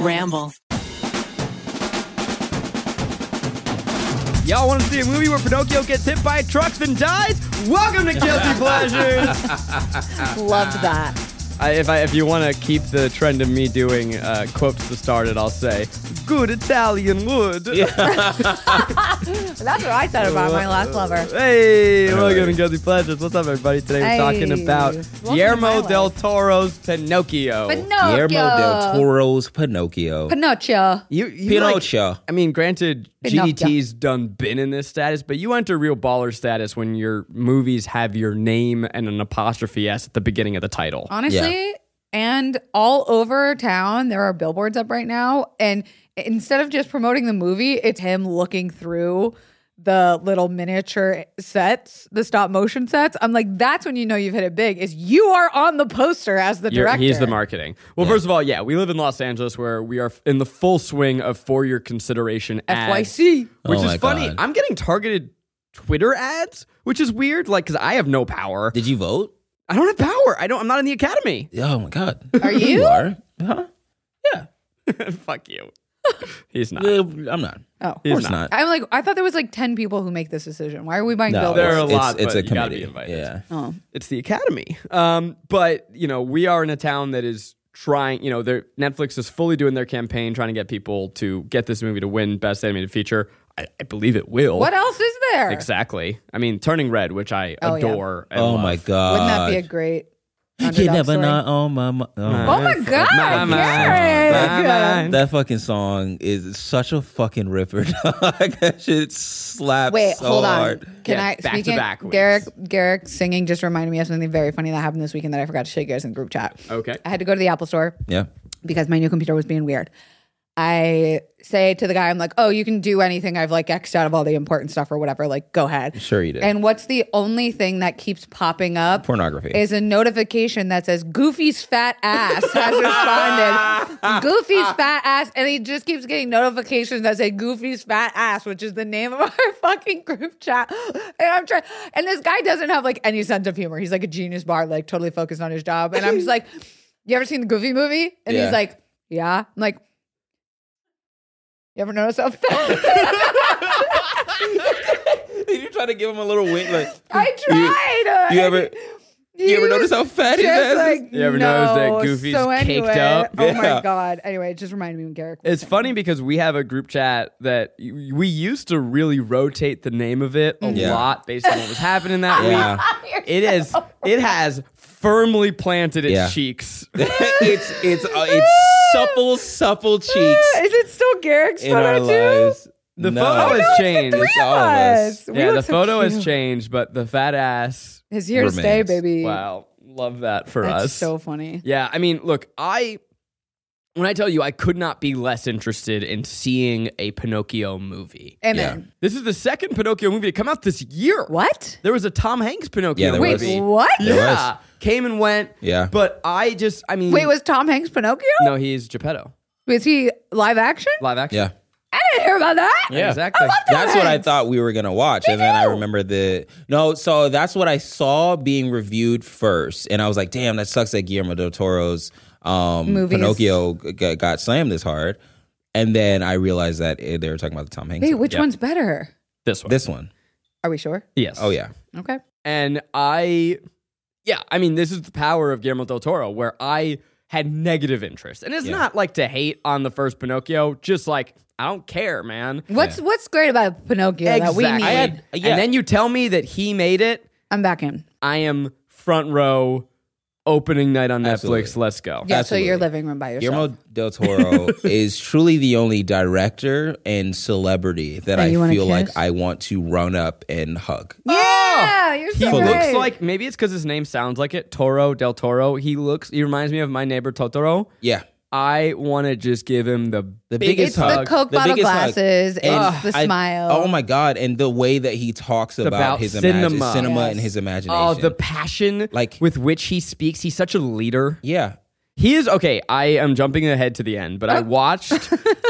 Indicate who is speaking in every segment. Speaker 1: Ramble.
Speaker 2: Y'all want to see a movie where Pinocchio gets hit by trucks and dies? Welcome to Guilty Pleasures.
Speaker 3: Loved that.
Speaker 2: I, if, I, if you want to keep the trend of me doing uh, quotes to start it, I'll say good Italian wood.
Speaker 3: That's what I said about my last lover.
Speaker 2: Hey, welcome to Guilty Pleasures. What's up, everybody? Today we're talking
Speaker 3: Hey.
Speaker 2: about
Speaker 3: Welcome to my
Speaker 2: Guillermo
Speaker 3: life.
Speaker 2: del Toro's Pinocchio.
Speaker 3: Pinocchio.
Speaker 4: Guillermo del Toro's Pinocchio.
Speaker 3: Pinocchio.
Speaker 2: You, you like-
Speaker 4: Pinocchio.
Speaker 2: I mean, granted,
Speaker 3: Pinocchio.
Speaker 2: GDT's done been in this status, but you enter real baller status when your movies have your name and an apostrophe s at the beginning of the
Speaker 3: Oh,
Speaker 2: title.
Speaker 3: Honestly, and all over town, there are billboards up right now. And instead of just promoting the movie, it's him looking through the little miniature sets, the stop motion sets. I'm like, that's when you know you've hit it big, is you are on the poster as the
Speaker 2: You're-
Speaker 3: director.
Speaker 2: He's the marketing. Well, first of all, yeah, we live in Los Angeles where we are f- in the full swing of for your consideration ads,
Speaker 3: FYC.
Speaker 2: which
Speaker 4: Oh
Speaker 2: is
Speaker 4: my
Speaker 2: funny.
Speaker 4: God.
Speaker 2: I'm getting targeted Twitter ads, which is weird. Like, because I have no power.
Speaker 4: Did you vote?
Speaker 2: I don't have power. I don't. I'm not in the academy.
Speaker 4: Oh my God.
Speaker 3: Are you?
Speaker 4: are? Uh-huh. Huh? Yeah.
Speaker 2: Fuck you. He's not.
Speaker 4: Well, Uh, I'm not.
Speaker 3: Oh.
Speaker 4: Of course not.
Speaker 3: I'm like, I thought there was like 10 people who make this decision. Why are we buying
Speaker 4: No,
Speaker 3: billboards?
Speaker 2: There are a
Speaker 4: it's-
Speaker 2: lot,
Speaker 4: It's, a
Speaker 2: but you gotta be
Speaker 4: committee.
Speaker 2: invited.
Speaker 4: yeah.
Speaker 3: Oh.
Speaker 2: it's the academy. Um, but you know, we are in a town that is trying. You know, their Netflix is fully doing their campaign, trying to get people to get this movie to win Best Animated Feature. I, I believe it will.
Speaker 3: What else is there?
Speaker 2: Exactly. I mean, Turning Red, which I
Speaker 3: Oh, yeah.
Speaker 2: adore. and
Speaker 4: Oh
Speaker 2: love.
Speaker 4: my God.
Speaker 3: Wouldn't that be a great
Speaker 4: You
Speaker 3: underdog
Speaker 4: never
Speaker 3: story?
Speaker 4: know. Oh my. mo- Oh
Speaker 3: Oh my God,
Speaker 2: My mind,
Speaker 3: Garrett!
Speaker 2: my mind.
Speaker 4: That fucking song is such a fucking ripper. dog. that shit slaps
Speaker 3: Wait,
Speaker 4: so
Speaker 3: hold on.
Speaker 4: hard.
Speaker 3: Can
Speaker 2: Yeah,
Speaker 3: I
Speaker 2: back to
Speaker 3: speaking
Speaker 2: back weeks.
Speaker 3: Garrick Garrick singing just reminded me of something very funny that happened this weekend that I forgot to show you guys in the group chat.
Speaker 2: Okay.
Speaker 3: I had to go to the Apple store
Speaker 4: Yeah.
Speaker 3: because my new computer was being weird. I say to the guy, I'm like, oh, you can do anything. I've like X'd out of all the important stuff or whatever. Like, go ahead.
Speaker 4: Sure you did.
Speaker 3: And what's the only thing that keeps popping up?
Speaker 4: Pornography.
Speaker 3: Is a notification that says Goofy's fat ass has responded. Goofy's fat ass. And he just keeps getting notifications that say Goofy's fat ass, which is the name of our fucking group chat. And I'm trying, and this guy doesn't have like any sense of humor. He's like a genius bar, like totally focused on his job. And I'm just like, you ever seen the Goofy movie? And
Speaker 4: Yeah.
Speaker 3: he's like, yeah. I'm like, you ever notice how fat?
Speaker 4: you try to give him a little wink, like
Speaker 3: I tried.
Speaker 4: you ever-
Speaker 3: He
Speaker 4: you ever
Speaker 3: was
Speaker 4: notice how fat his
Speaker 3: just
Speaker 4: ass is?
Speaker 3: Like,
Speaker 2: You ever
Speaker 3: no.
Speaker 2: notice that Goofy's
Speaker 3: so
Speaker 2: caked
Speaker 3: anyway,
Speaker 2: up?
Speaker 3: Oh my
Speaker 4: Yeah.
Speaker 3: god. Anyway, it just reminded me when Garrick. was
Speaker 2: It's
Speaker 3: saying-
Speaker 2: funny because we have a group chat that y- we used to really rotate the name of it a
Speaker 3: Mm-hmm.
Speaker 4: Yeah.
Speaker 2: lot based on what was happening that
Speaker 4: Yeah.
Speaker 2: week. It is it has firmly planted its
Speaker 4: Yeah.
Speaker 2: cheeks.
Speaker 4: it's it's uh, it's supple supple cheeks
Speaker 3: Ah, Is it still Garrick's
Speaker 4: in our
Speaker 3: photo too? Oh,
Speaker 4: lives.
Speaker 2: The
Speaker 4: No.
Speaker 2: photo has changed.
Speaker 4: It's all of us.
Speaker 3: Us. We
Speaker 2: yeah,
Speaker 3: look
Speaker 2: the
Speaker 3: so
Speaker 2: photo has
Speaker 3: cute.
Speaker 2: changed, but the fat ass.
Speaker 3: His year to stay,
Speaker 4: Remains.
Speaker 3: baby.
Speaker 2: Wow, love that for
Speaker 3: That's
Speaker 2: us.
Speaker 3: so funny.
Speaker 2: Yeah, I mean, look, I when I tell you I could not be less interested in seeing a Pinocchio movie.
Speaker 3: Amen.
Speaker 2: This is the second Pinocchio movie to come out this year.
Speaker 3: What?
Speaker 2: There was a Tom Hanks Pinocchio
Speaker 4: Yeah, there
Speaker 3: Wait,
Speaker 4: was.
Speaker 2: movie.
Speaker 3: what?
Speaker 4: There
Speaker 2: Yeah,
Speaker 4: was.
Speaker 2: came and went.
Speaker 4: Yeah.
Speaker 2: but I just, I mean,
Speaker 3: Wait, was Tom Hanks Pinocchio?
Speaker 2: no, he's Geppetto,
Speaker 3: Was he live action?
Speaker 2: live action.
Speaker 4: Yeah.
Speaker 3: I didn't hear about that. Oh,
Speaker 2: Yeah. Exactly.
Speaker 4: That's what I
Speaker 3: Hanks.
Speaker 4: thought we were gonna watch, and then I remember the no. So that's what I saw being reviewed first, and I was like, "Damn, that sucks that Guillermo del Toro's um,
Speaker 3: Movies.
Speaker 4: Pinocchio g- g- got slammed this hard." And then I realized that eh, they were talking about the Tom Hanks.
Speaker 3: Wait,
Speaker 4: one.
Speaker 3: which
Speaker 2: Yeah.
Speaker 3: one's better?
Speaker 2: This one,
Speaker 4: This one.
Speaker 3: Are we sure?
Speaker 2: yes.
Speaker 4: Oh yeah,
Speaker 3: Okay.
Speaker 2: And I, yeah, I mean, this is the power of Guillermo del Toro, where I had negative interest. And it's
Speaker 4: Yeah.
Speaker 2: not like to hate on the first Pinocchio, just like, I don't care, man.
Speaker 3: What's what's great about Pinocchio that we need?
Speaker 2: I had- And then you tell me that he made it.
Speaker 3: I'm back in.
Speaker 2: I am front row opening night on Netflix.
Speaker 4: Absolutely.
Speaker 2: Let's go.
Speaker 3: Yeah, so
Speaker 4: Absolutely.
Speaker 3: your living room by yourself.
Speaker 4: Guillermo del Toro is truly the only director and celebrity that
Speaker 3: That
Speaker 4: I
Speaker 3: Oh, you wanna
Speaker 4: feel like
Speaker 3: kiss?
Speaker 4: I want to run up and hug.
Speaker 3: yeah, you're
Speaker 2: Oh, He
Speaker 3: so
Speaker 4: Fully.
Speaker 3: right.
Speaker 2: looks like maybe it's because his name sounds like it. Toro del Toro. He looks. He reminds me of my neighbor Totoro.
Speaker 4: Yeah.
Speaker 2: I want to just give him the
Speaker 4: The
Speaker 2: biggest
Speaker 4: biggest
Speaker 3: It's the
Speaker 4: hug.
Speaker 3: Coke bottle
Speaker 4: biggest hug.
Speaker 3: glasses. It's
Speaker 4: And
Speaker 3: the
Speaker 4: I-
Speaker 3: smile.
Speaker 4: oh my God. And the way that he talks about,
Speaker 2: about
Speaker 4: his
Speaker 2: cinema.
Speaker 4: cinema, cinema
Speaker 3: Yes.
Speaker 4: and his imagination.
Speaker 2: Oh, the passion
Speaker 4: Like-
Speaker 2: with which he speaks. He's such a leader.
Speaker 4: yeah.
Speaker 2: He is okay. I am jumping ahead to the end, but I watched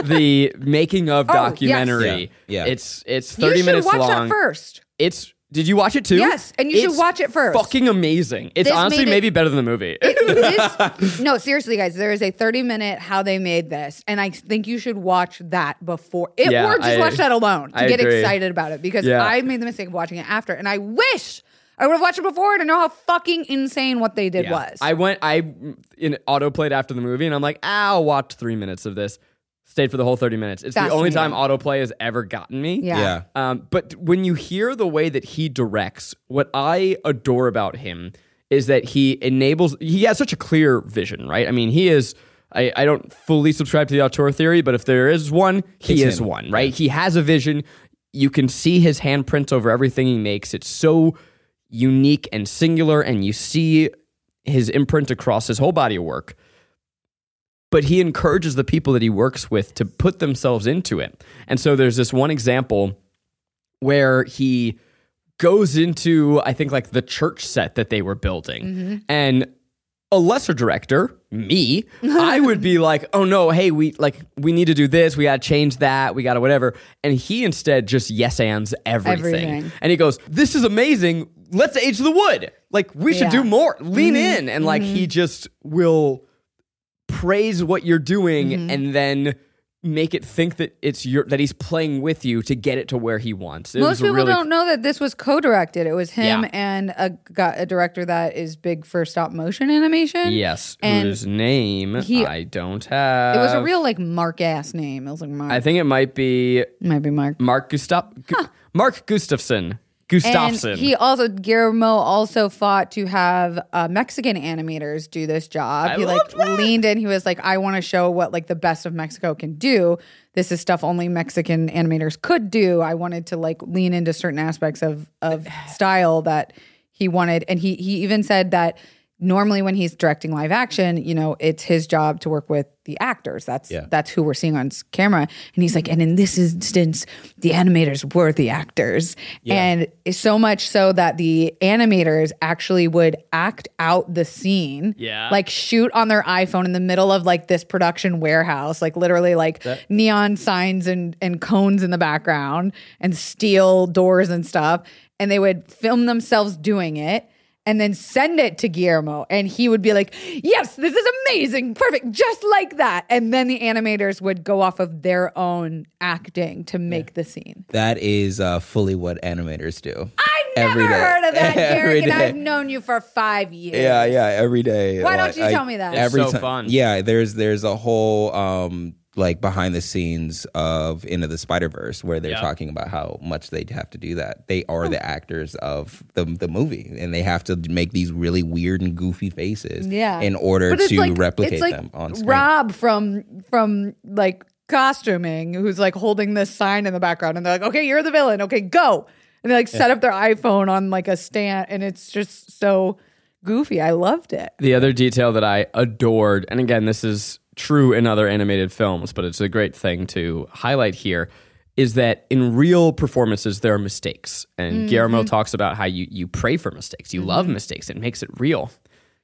Speaker 2: the making of documentary.
Speaker 4: Yeah, yeah.
Speaker 2: It's it's
Speaker 3: You
Speaker 2: thirty
Speaker 3: should
Speaker 2: minutes
Speaker 3: watch
Speaker 2: long.
Speaker 3: that first.
Speaker 2: It's did you watch it too?
Speaker 3: Yes, and you should
Speaker 2: It's
Speaker 3: watch it first.
Speaker 2: Fucking amazing. It's
Speaker 3: This
Speaker 2: honestly
Speaker 3: made it-
Speaker 2: maybe better than the movie.
Speaker 3: This- no, seriously, guys, there is a 30 minute how they made this, and I think you should watch that before it,
Speaker 2: Yeah,
Speaker 3: or just
Speaker 2: I-
Speaker 3: watch that alone to
Speaker 2: I
Speaker 3: get
Speaker 2: agree.
Speaker 3: excited about it because
Speaker 2: Yeah.
Speaker 3: I made the mistake of watching it after, and I wish I would have watched it before to know how fucking insane what they did
Speaker 2: Yeah.
Speaker 3: was.
Speaker 2: I went I in autoplayed after the movie and I'm like, ah, I'll watch three minutes of this. Stayed for the whole 30 minutes. It's the only time
Speaker 3: Fascinating.
Speaker 2: autoplay has ever gotten me.
Speaker 3: Yeah.
Speaker 4: Yeah.
Speaker 2: Um, but when you hear the way that he directs, what I adore about him is that he enables, he has such a clear vision, right? I mean, he is, I, I don't fully subscribe to the auteur theory, but if there is one, he
Speaker 4: It's
Speaker 2: is
Speaker 4: him.
Speaker 2: one, right? He has a vision. You can see his handprints over everything he makes. It's so unique and singular, and you see his imprint across his whole body of work but he encourages the people that he works with to put themselves into it. And so there's this one example where he goes into, I think, like the church set that they were building.
Speaker 3: Mm-hmm.
Speaker 2: And a lesser director, me, I would be like, oh no, hey, we like we need to do this, we gotta change that, we gotta whatever. And he instead just yes ands everything.
Speaker 3: Everything.
Speaker 2: And he goes, This is amazing. Let's age the wood. Like we should
Speaker 3: Yeah. Mm-hmm.
Speaker 2: do more. Lean in. And like he just will praise what you're doing
Speaker 3: Mm-hmm.
Speaker 2: and then make it think that it's your that he's playing with you to get it to where he wants. It
Speaker 3: Most
Speaker 2: was
Speaker 3: people
Speaker 2: really
Speaker 3: don't know that this was co-directed. It was him
Speaker 2: Yeah.
Speaker 3: and a, gu- a director that is big for stop motion animation.
Speaker 2: Yes,
Speaker 3: and
Speaker 2: whose name
Speaker 3: he-
Speaker 2: I don't have.
Speaker 3: it was a real like Mark ass name. It was like Mark.
Speaker 2: I think it might be
Speaker 3: might be Mark.
Speaker 2: Mark Gustav Gu- Mark Gustafson. Gustafson.
Speaker 3: And he also Guillermo also fought to have uh, Mexican animators do this job.
Speaker 2: I
Speaker 3: he like
Speaker 2: love that.
Speaker 3: leaned in. He was like, "I want to show what like the best of Mexico can do. This is stuff only Mexican animators could do. I wanted to like lean into certain aspects of of style that he wanted." And he he even said that normally when he's directing live action, you know, it's his job to work with the actors. That's
Speaker 4: Yeah.
Speaker 3: that's who we're seeing on s- camera. And he's like, and in this instance, the animators were the actors. And it's so much so that the animators actually would act out the scene.
Speaker 2: Yeah.
Speaker 3: Like shoot on their iPhone in the middle of like this production warehouse, like literally like neon signs and, and cones in the background and steel doors and stuff. And they would film themselves doing it and then send it to Guillermo. And he would be like, Yes, this is amazing, perfect, just like that. And then the animators would go off of their own acting to make the scene.
Speaker 4: That is uh, fully what animators do.
Speaker 3: I never
Speaker 4: Every day.
Speaker 3: heard of that,
Speaker 4: Every
Speaker 3: Derek, and
Speaker 4: day.
Speaker 3: I've known you for five years.
Speaker 4: Yeah, yeah, every day.
Speaker 3: Why don't you tell me that? It's
Speaker 2: so fun.
Speaker 4: Yeah, there's there's a whole um like behind the scenes of Into the Spider Verse where they're talking about how much they have to do that. They are the actors of the the movie, and they have to make these really weird and goofy faces.
Speaker 3: Yeah.
Speaker 4: in order
Speaker 3: But it's
Speaker 4: to
Speaker 3: like,
Speaker 4: replicate
Speaker 3: it's like
Speaker 4: them on screen.
Speaker 3: Rob from from like costuming, who's like holding this sign in the background, and they're like, "Okay, you're the villain. Okay, go." And they like set up their iPhone on like a stand, and it's just so goofy. I loved it.
Speaker 2: The other detail that I adored, and again, this is true in other animated films, but it's a great thing to highlight here, is that in real performances there are mistakes, and Guillermo talks about how you you pray for mistakes, you love mistakes, it makes it real.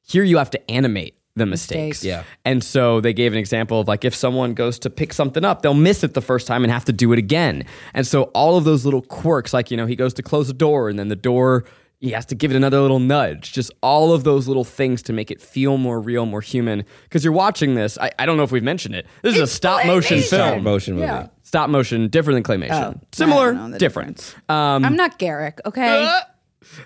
Speaker 2: Here you have to animate the mistakes.
Speaker 3: Mistakes.
Speaker 4: Yeah.
Speaker 2: And so they gave an example of like if someone goes to pick something up, they'll miss it the first time and have to do it again. And so all of those little quirks, like, you know, he goes to close a door and then the door, he has to give it another little nudge. Just all of those little things to make it feel more real, more human. Because you're watching this, I, I don't know if we've mentioned it. This is a stop motion
Speaker 3: claymation. Oh,
Speaker 4: Stop
Speaker 2: film.
Speaker 4: motion movie.
Speaker 3: Yeah.
Speaker 2: Stop motion, different than claymation. Similar, different. Uh,
Speaker 4: Um,
Speaker 3: I'm not Garrick, okay?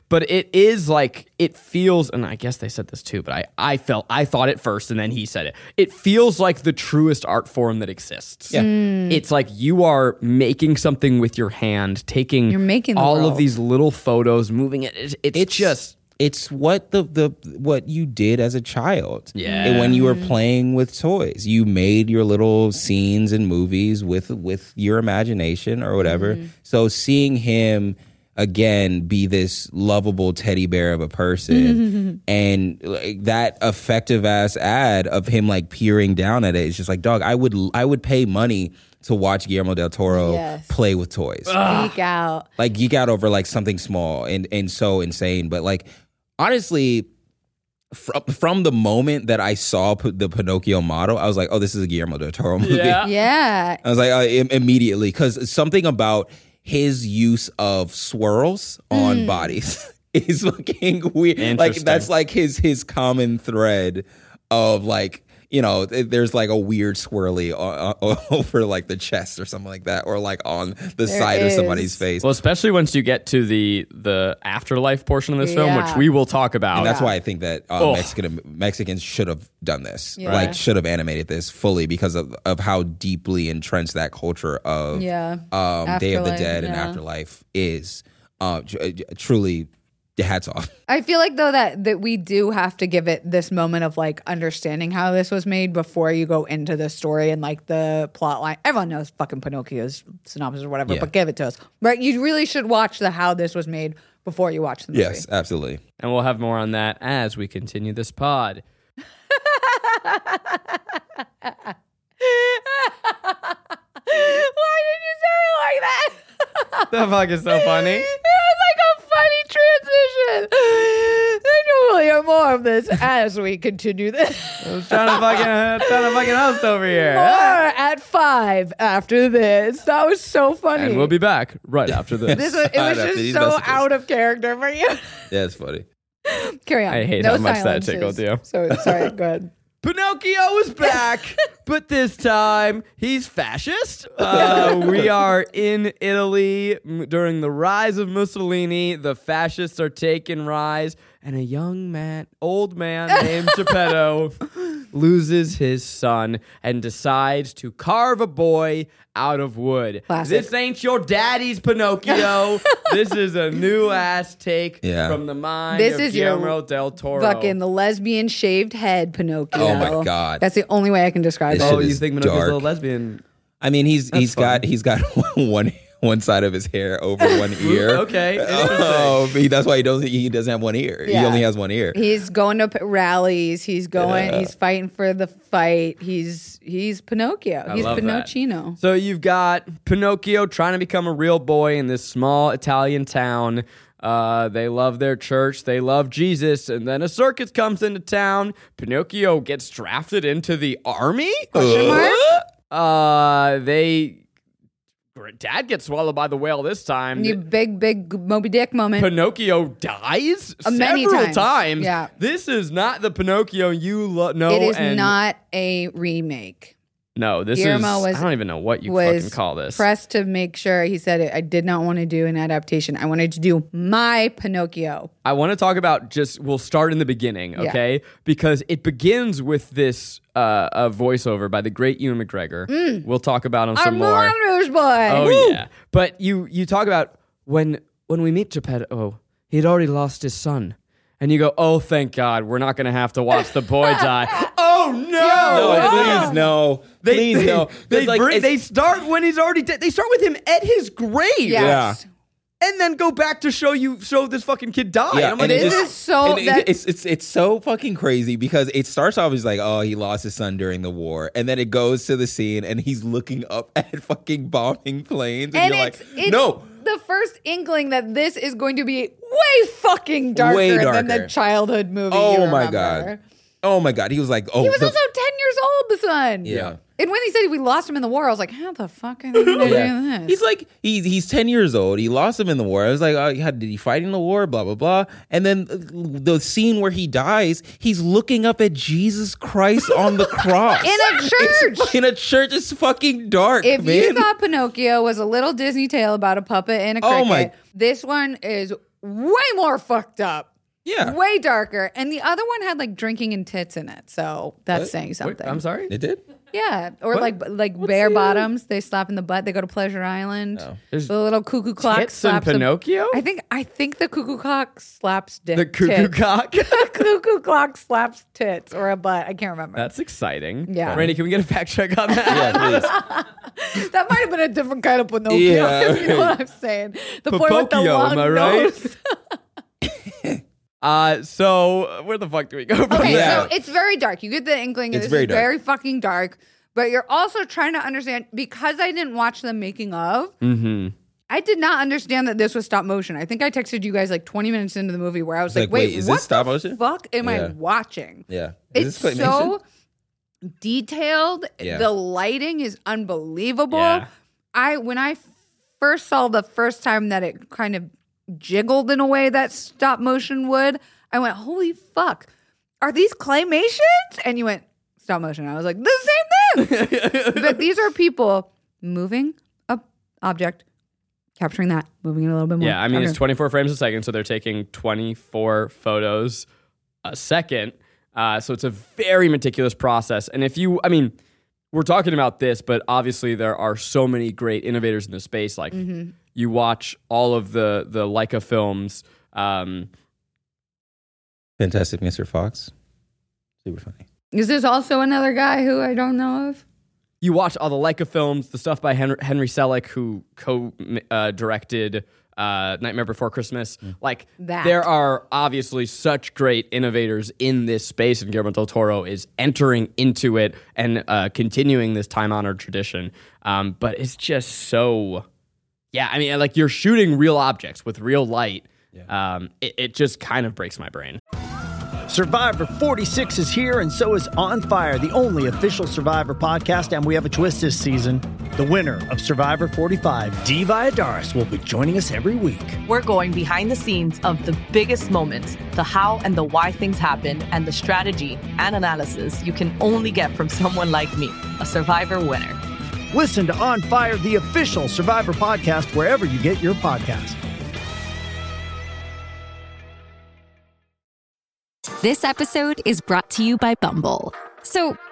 Speaker 2: But it is like it feels, and I guess they said this too, but I, I felt I thought it first, and then he said it. It feels like the truest art form that exists.
Speaker 4: Yeah.
Speaker 3: Mm.
Speaker 2: It's like you are making something with your hand, taking
Speaker 3: You're making the
Speaker 2: all of
Speaker 3: world.
Speaker 2: these little photos, moving it. It's, it's, just
Speaker 4: it's what the, the what you did as a child.
Speaker 2: Yeah.
Speaker 4: And when you were playing with toys. You made your little
Speaker 2: Mm-hmm.
Speaker 4: scenes and movies with with your imagination or whatever. So seeing him again be this lovable teddy bear of a person and like, that effective ass ad of him like peering down at it it's just like dog i would i would pay money to watch guillermo del toro
Speaker 3: Yes.
Speaker 4: play with toys
Speaker 3: Geek out.
Speaker 4: like geek out over like something small and and so insane but like honestly from from the moment that i saw P- the pinocchio model i was like oh this is a guillermo del toro movie
Speaker 2: Yeah.
Speaker 3: Yeah.
Speaker 4: i was like uh, Im- immediately because something about his use of swirls on bodies is looking weird like
Speaker 2: Hmm. Interesting.
Speaker 4: that's like his his common thread of like you know, th- there's like a weird swirly o- o- over like the chest or something like that, or like on the side of
Speaker 3: is.
Speaker 4: somebody's face.
Speaker 2: Well, especially once you get to the the afterlife portion of this film, which
Speaker 3: Yeah.
Speaker 2: we will talk about.
Speaker 4: And that's why I think that uh,
Speaker 2: Ugh.
Speaker 4: Mexican Mexicans should have done this,
Speaker 3: Yeah.
Speaker 4: like should have animated this fully because of, of how deeply entrenched that culture of
Speaker 3: Yeah.
Speaker 4: um, Day of the
Speaker 3: Afterlife,
Speaker 4: Dead and
Speaker 3: yeah.
Speaker 4: Afterlife is. Uh, tr- uh, truly, hats off.
Speaker 3: I feel like though that that we do have to give it this moment of like understanding how this was made before you go into the story and like the plot line. Everyone knows fucking Pinocchio's synopsis or whatever,
Speaker 4: Yeah.
Speaker 3: but give it to us. Right? You really should watch the how this was made before you watch the movie.
Speaker 4: Yes, absolutely.
Speaker 2: and we'll have more on that as we continue this pod.
Speaker 3: Why did you say it like that?
Speaker 2: the fuck is so funny?
Speaker 3: It was like a funny transition. I know we'll hear more of this as we continue this.
Speaker 2: I was trying to fucking trying to fucking host over
Speaker 3: More
Speaker 2: here.
Speaker 3: at five after this. That was so funny.
Speaker 2: And we'll be back right after this.
Speaker 3: This was, it
Speaker 4: Right
Speaker 3: was
Speaker 4: after
Speaker 3: just
Speaker 4: these
Speaker 3: so
Speaker 4: messages.
Speaker 3: out of character for you.
Speaker 4: Yeah, it's funny.
Speaker 3: Carry on.
Speaker 2: I hate
Speaker 3: no
Speaker 2: how much that
Speaker 3: silences.
Speaker 2: tickled you.
Speaker 3: So sorry. Go ahead.
Speaker 2: Pinocchio is back, but this time he's fascist. Uh, we are in Italy m- during the rise of Mussolini. The fascists are taking rise, and a young man, old man named Geppetto, loses his son and decides to carve a boy out of wood.
Speaker 3: Classic.
Speaker 2: This ain't your daddy's Pinocchio. this is a new ass take
Speaker 4: Yeah.
Speaker 2: from the mind
Speaker 3: This
Speaker 2: of
Speaker 3: is your
Speaker 2: Guillermo del Toro.
Speaker 3: Fucking the lesbian shaved head Pinocchio.
Speaker 4: Oh my God.
Speaker 3: That's the only way I can describe
Speaker 4: It's
Speaker 3: it.
Speaker 2: Oh,
Speaker 4: Shit
Speaker 2: you
Speaker 4: is
Speaker 2: think Pinocchio's a
Speaker 4: dark.
Speaker 2: little lesbian?
Speaker 4: I mean, he's he's
Speaker 2: funny.
Speaker 4: got he's got one one side of his hair over one ear.
Speaker 2: okay, interesting.
Speaker 4: um, he, that's why he doesn't he doesn't have one ear. He
Speaker 3: Yeah.
Speaker 4: only has one ear.
Speaker 3: He's going to p- rallies. He's going. He's fighting for the fight. He's he's Pinocchio. he's
Speaker 2: love that.
Speaker 3: Pinocchio.
Speaker 2: So you've got Pinocchio trying to become a real boy in this small Italian town. Uh, they love their church, they love Jesus, and then a circus comes into town. Pinocchio gets drafted into the army.
Speaker 3: Question mark?
Speaker 2: Uh, they. Dad gets swallowed by the whale this time.
Speaker 3: You big big Moby Dick moment.
Speaker 2: Pinocchio dies
Speaker 3: Uh, many
Speaker 2: several
Speaker 3: times. Yeah.
Speaker 2: This is not the Pinocchio you lo- know.
Speaker 3: it is
Speaker 2: and-
Speaker 3: not a remake.
Speaker 2: No, this
Speaker 3: Guillermo
Speaker 2: is.
Speaker 3: was-
Speaker 2: I don't even know what you
Speaker 3: was
Speaker 2: fucking call this.
Speaker 3: pressed to make sure he said it. I did not want to do an adaptation. I wanted to do my Pinocchio.
Speaker 2: I want to talk about just we'll start in the beginning,
Speaker 3: Yeah.
Speaker 2: okay? Because it begins with this uh, a voiceover by the great Ewan McGregor.
Speaker 4: Mm.
Speaker 2: We'll talk about him
Speaker 3: Our
Speaker 2: some more.
Speaker 3: Moulin Rouge boy.
Speaker 2: Oh
Speaker 3: Woo!
Speaker 2: yeah, but you you talk about when when we meet Geppetto, he'd already lost his son, and you go, oh thank God, we're not gonna have to watch the boy die. oh no,
Speaker 4: No, please no,
Speaker 2: They,
Speaker 4: please
Speaker 2: they,
Speaker 4: no.
Speaker 2: They,
Speaker 4: It's like-
Speaker 2: bring,
Speaker 4: it's-
Speaker 2: they start when he's already dead. They start with him at his grave,
Speaker 3: Yes.
Speaker 2: and then go back to show you show this fucking kid died.
Speaker 4: Yeah, and
Speaker 2: I'm like,
Speaker 4: it
Speaker 3: This
Speaker 4: just-
Speaker 3: is so-
Speaker 4: and it-
Speaker 3: that-
Speaker 4: it's it's it's so fucking crazy because it starts off as like, oh, he lost his son during the war, and then it goes to the scene and he's looking up at fucking bombing planes, and,
Speaker 3: And
Speaker 4: you're
Speaker 3: it's,
Speaker 4: like,
Speaker 3: it's
Speaker 4: no,
Speaker 3: the first inkling that this is going to be way fucking darker,
Speaker 4: Way
Speaker 3: than the
Speaker 4: darker.
Speaker 3: childhood movie. you
Speaker 4: oh my
Speaker 3: remember.
Speaker 4: god, oh my god, he was like, oh,
Speaker 3: He was
Speaker 4: the-
Speaker 3: also 10 years old, the son.
Speaker 4: Yeah.
Speaker 3: And when he said we lost him in the war, I was like, how the fuck are they going to
Speaker 4: yeah.
Speaker 3: do this?
Speaker 4: he's like he's he's ten years old. He lost him in the war. I was like, oh, how, did he fight in the war? Blah blah blah. And then uh, the scene where he dies, he's looking up at Jesus Christ on the cross
Speaker 3: in a church.
Speaker 4: in a church. It's fucking dark,
Speaker 3: If
Speaker 4: man.
Speaker 3: you thought Pinocchio was a little Disney tale about a puppet and a cricket,
Speaker 4: Oh my-
Speaker 3: this one is way more fucked up.
Speaker 4: Yeah.
Speaker 3: Way darker. And the other one had like drinking and tits in it. So that's saying something.
Speaker 2: Wait, I'm sorry.
Speaker 4: It did.
Speaker 3: Yeah. Or like like bare bottoms. They slap in the butt. They go to Pleasure Island.
Speaker 2: Oh. There's
Speaker 3: The little cuckoo clock
Speaker 2: Tits in
Speaker 3: slaps a-
Speaker 2: Pinocchio?
Speaker 3: I think I think the cuckoo clock slaps dick.
Speaker 2: the cuckoo
Speaker 3: tits.
Speaker 2: cock.
Speaker 3: the cuckoo clock slaps tits or a butt. I can't remember.
Speaker 2: That's exciting.
Speaker 3: Yeah.
Speaker 2: Randy, can we get a fact check on that?
Speaker 4: Yeah, please.
Speaker 3: that might have been a different kind of Pinocchio.
Speaker 4: Yeah,
Speaker 3: if you know
Speaker 4: right.
Speaker 3: what I'm saying? The boy with the
Speaker 2: Popocchio,
Speaker 3: long
Speaker 2: am I right?
Speaker 3: nose.
Speaker 2: Uh, so where the fuck do we go from there?
Speaker 3: Okay,
Speaker 4: Yeah.
Speaker 3: so it's very dark. You get the inkling.
Speaker 4: It's
Speaker 3: this
Speaker 4: very
Speaker 3: is
Speaker 4: dark.
Speaker 3: very fucking dark. But you're also trying to understand because I didn't watch the making of.
Speaker 2: Mm-hmm.
Speaker 3: I did not understand that this was stop motion. I think I texted you guys like 20ty minutes into the movie where I was
Speaker 4: Like,
Speaker 3: like,
Speaker 4: wait,
Speaker 3: "Wait,
Speaker 4: is
Speaker 3: what
Speaker 4: this stop
Speaker 3: the
Speaker 4: motion?"
Speaker 3: Fuck, am
Speaker 4: Yeah.
Speaker 3: I watching?"
Speaker 4: Yeah. Is
Speaker 3: It's
Speaker 4: this claymation?
Speaker 3: so detailed.
Speaker 4: Yeah.
Speaker 3: The lighting is unbelievable.
Speaker 2: Yeah.
Speaker 3: I when I first saw the first time that it kind of jiggled in a way that stop motion would, I went, "Holy fuck. Are these claymations?" And you went, "Stop motion." I was like, "The same thing." but these are people moving a object capturing that, moving it a little bit more.
Speaker 2: Yeah, I mean it's
Speaker 3: capturing-
Speaker 2: 24 frames a second, so they're taking 24 photos a second. Uh, so it's a very meticulous process. And if you, I mean, we're talking about this, but obviously there are so many great innovators in the space. Like you watch all of the the Leica films. Um,
Speaker 4: Fantastic Mr. Fox. Super funny.
Speaker 3: Is this also another guy who I don't know of?
Speaker 2: you watch all the Leica films, the stuff by Henry, Henry Selick, who co-directed uh, Nightmare Before Christmas. Like
Speaker 3: That.
Speaker 2: there are obviously such great innovators in this space, and Guillermo del Toro is entering into it and uh, continuing this time-honored tradition. Um, but it's just so, yeah. I mean, like you're shooting real objects with real light. Um, it, it just kind of breaks my brain.
Speaker 5: Survivor 46 is here, and so is On Fire, the only official Survivor podcast. And we have a twist this season. The winner of Survivor 45, D. Vyadaris, will be joining us every week.
Speaker 1: We're going behind the scenes of the biggest moments, the how and the why things happen, and the strategy and analysis you can only get from someone like me, a survivor winner.
Speaker 5: Listen to On Fire, the official Survivor podcast, wherever you get your podcast.
Speaker 6: This episode is brought to you by Bumble. So,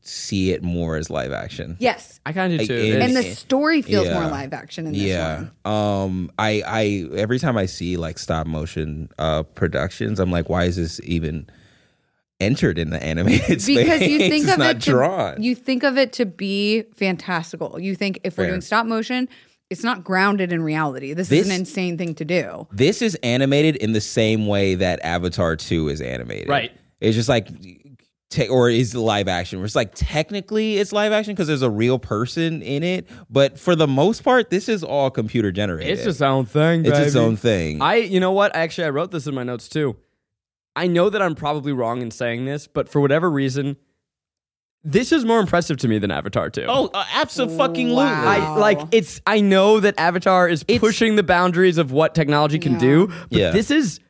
Speaker 4: see it more as live action.
Speaker 3: Yes.
Speaker 2: I kind of do too.
Speaker 4: It-
Speaker 3: And the
Speaker 4: Yeah.
Speaker 3: story feels more
Speaker 4: Yeah.
Speaker 3: live action in this
Speaker 4: Yeah.
Speaker 3: one.
Speaker 4: Um I I every time I see like stop motion uh productions, I'm like, why is this even entered in the animated space?
Speaker 3: Because you think
Speaker 4: it's
Speaker 3: of
Speaker 4: not
Speaker 3: it to,
Speaker 4: drawn.
Speaker 3: you think of it to be fantastical. You think if we're
Speaker 4: Fair.
Speaker 3: doing stop motion, it's not grounded in reality. This,
Speaker 4: This-
Speaker 3: is an insane thing to do.
Speaker 4: this is animated in the same way that Avatar 2 is animated.
Speaker 2: Right.
Speaker 4: It's just like te- or is it live action? Where it's like technically it's live action because there's a real person in it, but for the most part, this is all computer generated.
Speaker 2: It's its own thing.
Speaker 4: it's its
Speaker 2: baby.
Speaker 4: own thing.
Speaker 2: I, you know what? Actually, I wrote this in my notes too. I know that I'm probably wrong in saying this, but for whatever reason, this is more impressive to me than Avatar 2.
Speaker 4: oh, uh, absolutely.
Speaker 2: I like it's I know that Avatar is pushing the boundaries of what technology can do, but
Speaker 4: Yeah.
Speaker 2: this is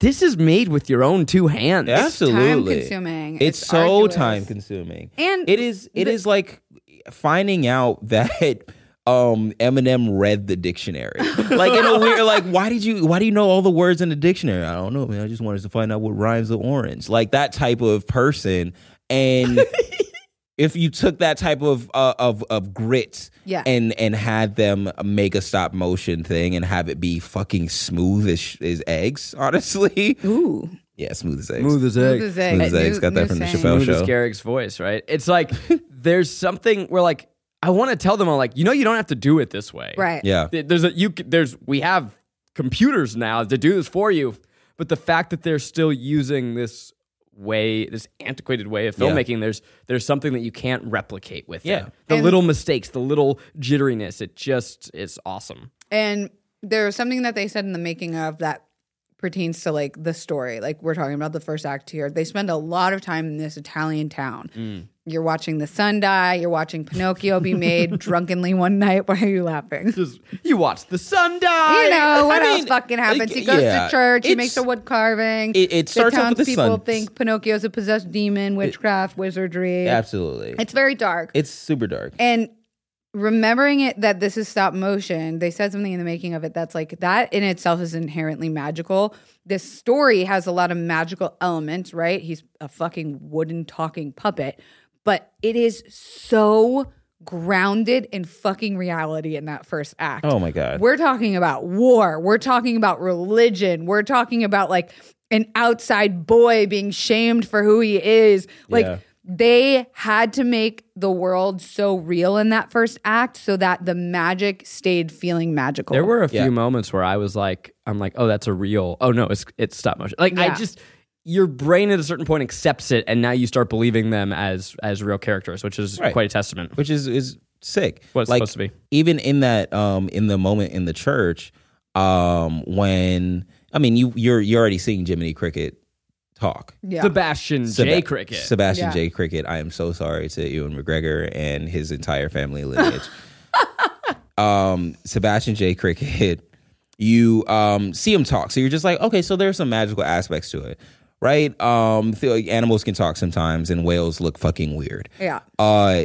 Speaker 2: this is made with your own two hands.
Speaker 4: Absolutely.
Speaker 3: time-consuming.
Speaker 4: It's,
Speaker 3: It's
Speaker 4: so
Speaker 3: arduous.
Speaker 4: time consuming.
Speaker 3: And
Speaker 4: it is it is like finding out that um Eminem read the dictionary. Like in a weird like why did you why do you know all the words in the dictionary? I don't know, man. I just wanted to find out what rhymes with orange. Like that type of person and if you took that type of uh, of of grit
Speaker 3: Yeah.
Speaker 4: and and had them make a stop motion thing and have it be fucking smooth as, sh- as eggs, honestly.
Speaker 3: Ooh.
Speaker 4: Yeah, smooth as eggs.
Speaker 2: as
Speaker 3: Smooth as egg.
Speaker 4: Smooth as
Speaker 3: New-
Speaker 4: eggs. Got that
Speaker 3: new
Speaker 4: from the
Speaker 3: saying.
Speaker 4: Chappelle
Speaker 2: Smooth as
Speaker 4: show.
Speaker 2: Garrick's voice, right? It's like there's something where like I want to tell them I'm like, you know you don't have to do it this way.
Speaker 3: Right.
Speaker 4: Yeah.
Speaker 2: Th- There's a you. c- There's we have computers now to do this for you, but the fact that they're still using this way, this antiquated way of
Speaker 4: Yeah.
Speaker 2: filmmaking, there's there's something that you can't replicate with
Speaker 4: Yeah.
Speaker 2: it. The little mistakes, the little jitteriness, it just is awesome.
Speaker 3: And there was something that they said in the making of that pertains to like the story. Like we're talking about the first act here. They spend a lot of time in this Italian town.
Speaker 4: Mm.
Speaker 3: You're watching the sun die, you're watching Pinocchio be made drunkenly one night. Why are you laughing?
Speaker 2: Just you watch the sun die.
Speaker 3: You know, what
Speaker 4: I
Speaker 3: else
Speaker 4: mean,
Speaker 3: fucking happens?
Speaker 4: like,
Speaker 3: he goes
Speaker 4: yeah,
Speaker 3: to church, he
Speaker 4: it's-
Speaker 3: makes a wood carving.
Speaker 4: It- it starts off with the
Speaker 3: townspeople
Speaker 4: sun.
Speaker 3: think Pinocchio's a possessed demon, witchcraft, wizardry.
Speaker 4: Absolutely.
Speaker 3: It's very dark.
Speaker 4: It's super dark.
Speaker 3: and remembering it that this is stop motion, they said something in the making of it that's like that in itself is inherently magical. This story has a lot of magical elements, right? He's a fucking wooden talking puppet, but it is so grounded in fucking reality in that first act.
Speaker 4: Oh my God.
Speaker 3: We're talking about war. We're talking about religion. We're talking about like an outside boy being shamed for who he is. Like
Speaker 4: Yeah.
Speaker 3: they had to make the world so real in that first act so that the magic stayed feeling magical.
Speaker 2: There were a few
Speaker 4: Yeah.
Speaker 2: moments where I was like, I'm like, oh, that's a real. Oh no, it's it's stop motion. Like
Speaker 3: Yeah.
Speaker 2: I just your brain at a certain point accepts it, and now you start believing them as as real characters, which is
Speaker 4: Right.
Speaker 2: quite a testament.
Speaker 4: which is is sick.
Speaker 2: What it's
Speaker 4: like,
Speaker 2: supposed to be.
Speaker 4: Even in that um in the moment in the church, um when I mean you you're you're already seeing Jiminy Cricket talk.
Speaker 3: yeah.
Speaker 2: Sebastian J.
Speaker 4: Seba-
Speaker 2: Cricket.
Speaker 4: Sebastian
Speaker 3: Yeah.
Speaker 4: J. Cricket. I am so sorry to Ewan McGregor and his entire family lineage. um, Sebastian J. Cricket. You um, see him talk, so you're just like, okay, so there's some magical aspects to it, right? Um, th- like, animals can talk sometimes, and whales look fucking weird.
Speaker 3: Yeah.
Speaker 4: Uh,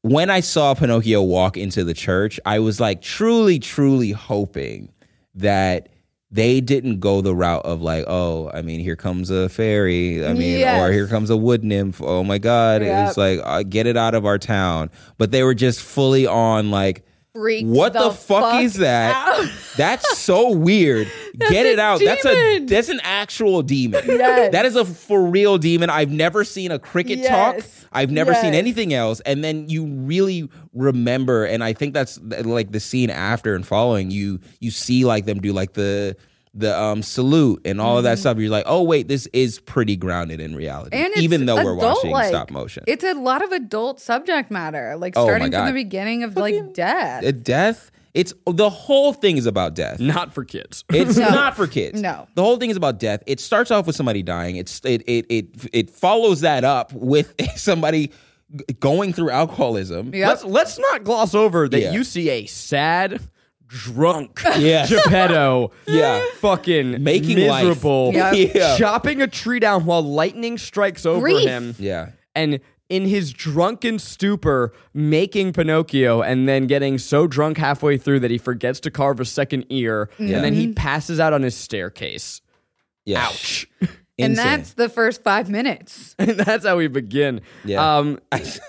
Speaker 4: when I saw Pinocchio walk into the church, I was like, truly, truly hoping that they didn't go the route of like, oh, I mean, here comes a fairy. I mean, or
Speaker 3: Yes.
Speaker 4: here comes a wood nymph. Oh my God. It's like, uh, get it out of our town. But they were just fully on like,
Speaker 3: Freak
Speaker 4: what the, fuck, is that?
Speaker 3: out.
Speaker 4: That's so weird. Get it
Speaker 3: a
Speaker 4: out. That's a
Speaker 3: demon.
Speaker 4: that's an actual demon.
Speaker 3: Yes.
Speaker 4: That is a for real demon. I've never seen a cricket talk.
Speaker 3: Yes.
Speaker 4: I've never seen
Speaker 3: Yes.
Speaker 4: anything else. And then you really remember, and I think that's th- like the scene after and following. You you see like them do like the the um salute and all of that stuff. You're like, oh wait, this is pretty grounded in reality.
Speaker 3: Mm-hmm. And it's
Speaker 4: even though we're watching
Speaker 3: adult-like.
Speaker 4: stop motion.
Speaker 3: It's a lot of adult subject matter, like
Speaker 4: Oh my
Speaker 3: starting from
Speaker 4: God.
Speaker 3: the beginning of like death.
Speaker 4: Uh, death. It's the whole thing is about death.
Speaker 2: Not for kids.
Speaker 4: It's not for kids.
Speaker 3: No.
Speaker 4: The whole thing is about death. It starts off with somebody dying. It's it it it it follows that up with somebody g- going through alcoholism.
Speaker 3: Yep.
Speaker 2: Let's let's not gloss over that
Speaker 4: Yeah.
Speaker 2: you see a sad, drunk
Speaker 4: Yes.
Speaker 2: Geppetto.
Speaker 4: Yeah.
Speaker 2: Fucking
Speaker 4: Making life.
Speaker 2: miserable.
Speaker 3: Yep.
Speaker 4: Yeah.
Speaker 2: Chopping a tree down while lightning strikes over
Speaker 3: Grief.
Speaker 2: him.
Speaker 4: Yeah.
Speaker 2: and in his drunken stupor making pinocchio and then getting so drunk halfway through that he forgets to carve a second ear and then he passes out on his staircase
Speaker 4: Yeah.
Speaker 2: ouch
Speaker 3: and
Speaker 4: Insane.
Speaker 3: that's the first five minutes.
Speaker 2: and that's how we begin
Speaker 4: Yeah.
Speaker 2: um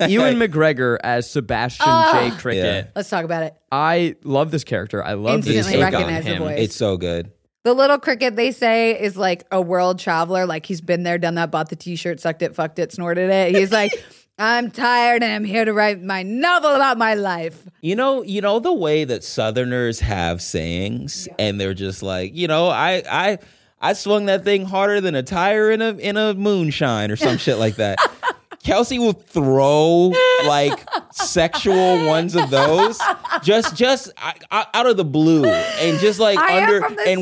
Speaker 2: ewan mcgregor as sebastian j cricket
Speaker 4: Ah. Yeah.
Speaker 3: Let's talk about it.
Speaker 2: i love this character i love this
Speaker 3: Instantly
Speaker 2: take on
Speaker 3: recognize the
Speaker 2: him
Speaker 3: voice.
Speaker 4: It's so good.
Speaker 3: The little cricket they say is like a world traveler. Like he's been there, done that, bought the t-shirt, sucked it, fucked it, snorted it. He's like, I'm tired and I'm here to write my novel about my life.
Speaker 4: You know, you know the way that Southerners have sayings, and they're just like, you know, I I I swung that thing harder than a tire in a in a moonshine or some shit like that. Kelsey will throw like sexual ones of those just just I, I, out of the blue and just like
Speaker 3: I am
Speaker 4: under
Speaker 3: from the
Speaker 4: and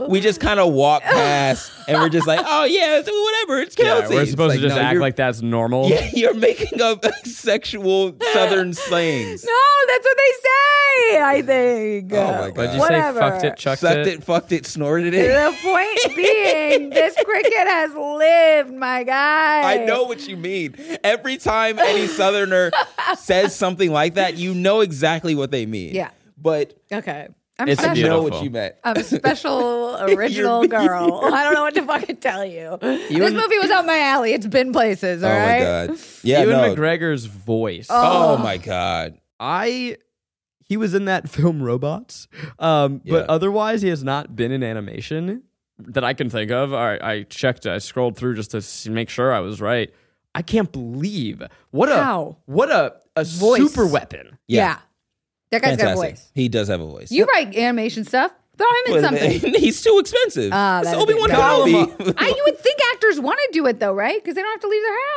Speaker 4: we just we just kind of walk past and we're just like oh yeah it's, whatever it's
Speaker 2: yeah,
Speaker 4: Kelsey
Speaker 2: we're
Speaker 4: It's
Speaker 2: supposed to just
Speaker 4: no,
Speaker 2: act
Speaker 4: you're-
Speaker 2: like that's normal
Speaker 4: yeah, you're making up sexual Southern slangs
Speaker 3: No, that's what they say, I think.
Speaker 4: Oh my
Speaker 2: What'd
Speaker 4: god
Speaker 2: you say?
Speaker 3: Whatever.
Speaker 2: Fucked it, chucked
Speaker 4: sucked
Speaker 2: it.
Speaker 4: it, fucked it, snorted it.
Speaker 3: The point being, this cricket has lived, my guy.
Speaker 4: I know what you mean. Every time any Southerner says something like that, you know exactly what they mean.
Speaker 3: Yeah.
Speaker 4: But
Speaker 3: Okay. I'm
Speaker 2: It's
Speaker 4: I
Speaker 3: special.
Speaker 4: know
Speaker 2: Beautiful.
Speaker 4: what you meant.
Speaker 3: I'm a special original girl. I don't know what to fucking tell you. this movie was up my alley. It's been places, all
Speaker 4: oh
Speaker 3: right.
Speaker 4: my god. Yeah.
Speaker 2: ewan
Speaker 4: no.
Speaker 2: mcgregor's voice
Speaker 4: Oh my god.
Speaker 2: I he was in that film Robots, um,
Speaker 4: Yeah.
Speaker 2: but otherwise he has not been in animation that I can think of. I, I checked, I scrolled through just to s- make sure I was right. I can't believe what a
Speaker 3: How?
Speaker 2: what a a
Speaker 3: Voice.
Speaker 2: super weapon.
Speaker 3: Yeah. That guy's
Speaker 4: Fantastic.
Speaker 3: got a voice.
Speaker 4: He does have a voice.
Speaker 3: You write animation stuff. Throw him
Speaker 4: But
Speaker 3: in something.
Speaker 4: He's too expensive.
Speaker 3: Ah,
Speaker 4: it's
Speaker 3: that is
Speaker 4: Obi Wan
Speaker 3: it. Call
Speaker 2: him
Speaker 4: Kenobi.
Speaker 3: I, you would think actors want to do it though, right? Because they don't have to leave their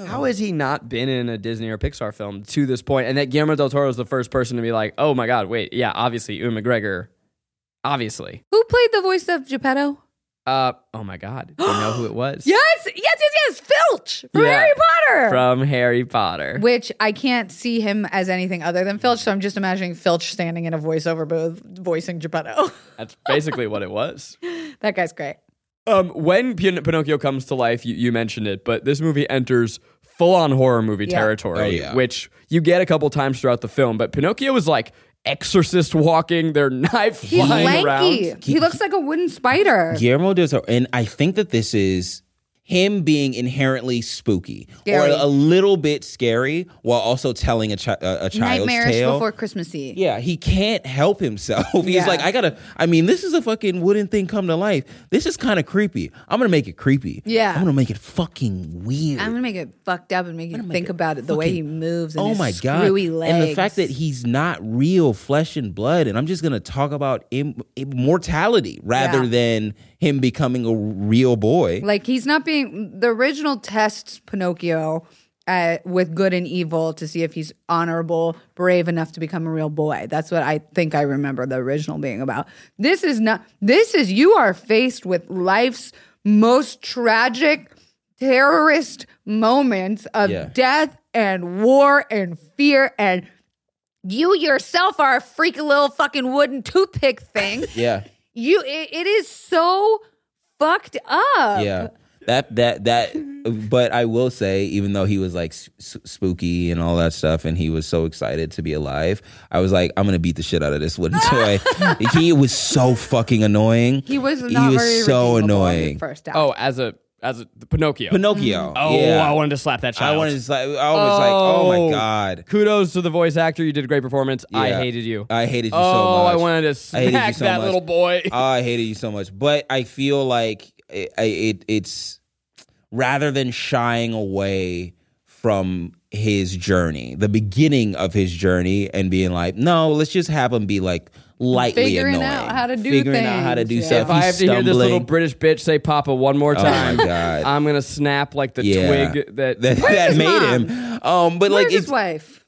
Speaker 3: house.
Speaker 2: How has he not been in a Disney or Pixar film to this point? And that Guillermo del Toro is the first person to be like, "Oh my god, wait, yeah, obviously Ewan McGregor, obviously."
Speaker 3: Who played the voice of Geppetto?
Speaker 2: Uh, oh my god, do you know who it was?
Speaker 3: Yes, yes, yes, yes. Filch from
Speaker 2: Yeah.
Speaker 3: Harry Potter.
Speaker 2: from Harry Potter.
Speaker 3: which I can't see him as anything other than Filch, so I'm just imagining Filch standing in a voiceover booth voicing Geppetto.
Speaker 2: That's basically what it was.
Speaker 3: that guy's great.
Speaker 2: Um, when Pin- Pinocchio comes to life, you, you mentioned it, but this movie enters full on horror movie territory,
Speaker 4: Oh, yeah.
Speaker 2: which you get a couple times throughout the film. But Pinocchio is like exorcist walking, their knife
Speaker 3: He's
Speaker 2: flying
Speaker 3: lanky.
Speaker 2: around.
Speaker 3: He looks like a wooden spider.
Speaker 4: Guillermo del Toro, and I think that this is him being inherently spooky
Speaker 3: Scary.
Speaker 4: or a little bit scary while also telling a, chi- a, a child's
Speaker 3: Nightmarish
Speaker 4: tale.
Speaker 3: before Christmas Eve.
Speaker 4: yeah, he can't help himself. He's
Speaker 3: Yeah.
Speaker 4: like, I gotta. I mean, this is a fucking wooden thing come to life. This is kind of creepy. I'm gonna make it creepy.
Speaker 3: Yeah.
Speaker 4: I'm gonna make it fucking weird.
Speaker 3: I'm gonna make it fucked up and make you think about it the way he moves. And
Speaker 4: oh
Speaker 3: his
Speaker 4: my god!
Speaker 3: screwy legs.
Speaker 4: And the fact that he's not real flesh and blood, and I'm just gonna talk about Im- immortality rather
Speaker 3: Yeah.
Speaker 4: than him becoming a real boy.
Speaker 3: like he's not being the original tests Pinocchio uh, with good and evil to see if he's honorable, brave enough to become a real boy. That's what I think I remember the original being about. This is not. This is you are faced with life's most tragic terrorist moments of
Speaker 4: Yeah.
Speaker 3: death and war and fear and. You yourself are a freaky little fucking wooden toothpick thing.
Speaker 4: yeah.
Speaker 3: You, it, it is so fucked up.
Speaker 4: yeah that that that but i will say even though he was like s- s- spooky and all that stuff and he was so excited to be alive i was like i'm gonna beat the shit out of this wooden toy he was so fucking annoying
Speaker 3: He was not
Speaker 4: he was
Speaker 3: very
Speaker 4: so
Speaker 3: redeemable in the
Speaker 4: annoying
Speaker 3: first act.
Speaker 2: Oh, as a as a Pinocchio.
Speaker 4: pinocchio
Speaker 7: Oh,
Speaker 4: yeah.
Speaker 7: I wanted to slap that
Speaker 4: i
Speaker 7: child.
Speaker 4: wanted to like i was like oh my god
Speaker 2: Kudos to the voice actor. You did a great performance. I
Speaker 4: Yeah.
Speaker 2: hated you.
Speaker 4: i hated you so
Speaker 2: oh,
Speaker 4: much
Speaker 2: I wanted to
Speaker 4: I hated you
Speaker 2: smack
Speaker 4: so
Speaker 2: that
Speaker 4: much.
Speaker 2: little boy.
Speaker 4: oh, I hated you so much. But I feel like it, I- it it's rather than shying away from his journey, the beginning of his journey, and being like, no, let's just have him be like lightly
Speaker 3: Figuring
Speaker 4: annoying,
Speaker 3: out how to do
Speaker 4: figuring out how to do
Speaker 3: things, yeah.
Speaker 4: stuff.
Speaker 2: if I have
Speaker 4: He's
Speaker 2: to hear this little
Speaker 4: stumbling. Oh
Speaker 2: British bitch say "Papa" one more
Speaker 4: my
Speaker 2: time,
Speaker 4: God.
Speaker 2: I'm gonna snap like the
Speaker 4: Yeah.
Speaker 2: twig that.
Speaker 4: that,
Speaker 3: Where's
Speaker 4: that
Speaker 3: his
Speaker 4: made
Speaker 3: mom?
Speaker 4: him. Um, but
Speaker 3: Where's
Speaker 4: like,
Speaker 3: his
Speaker 4: it's-
Speaker 3: wife?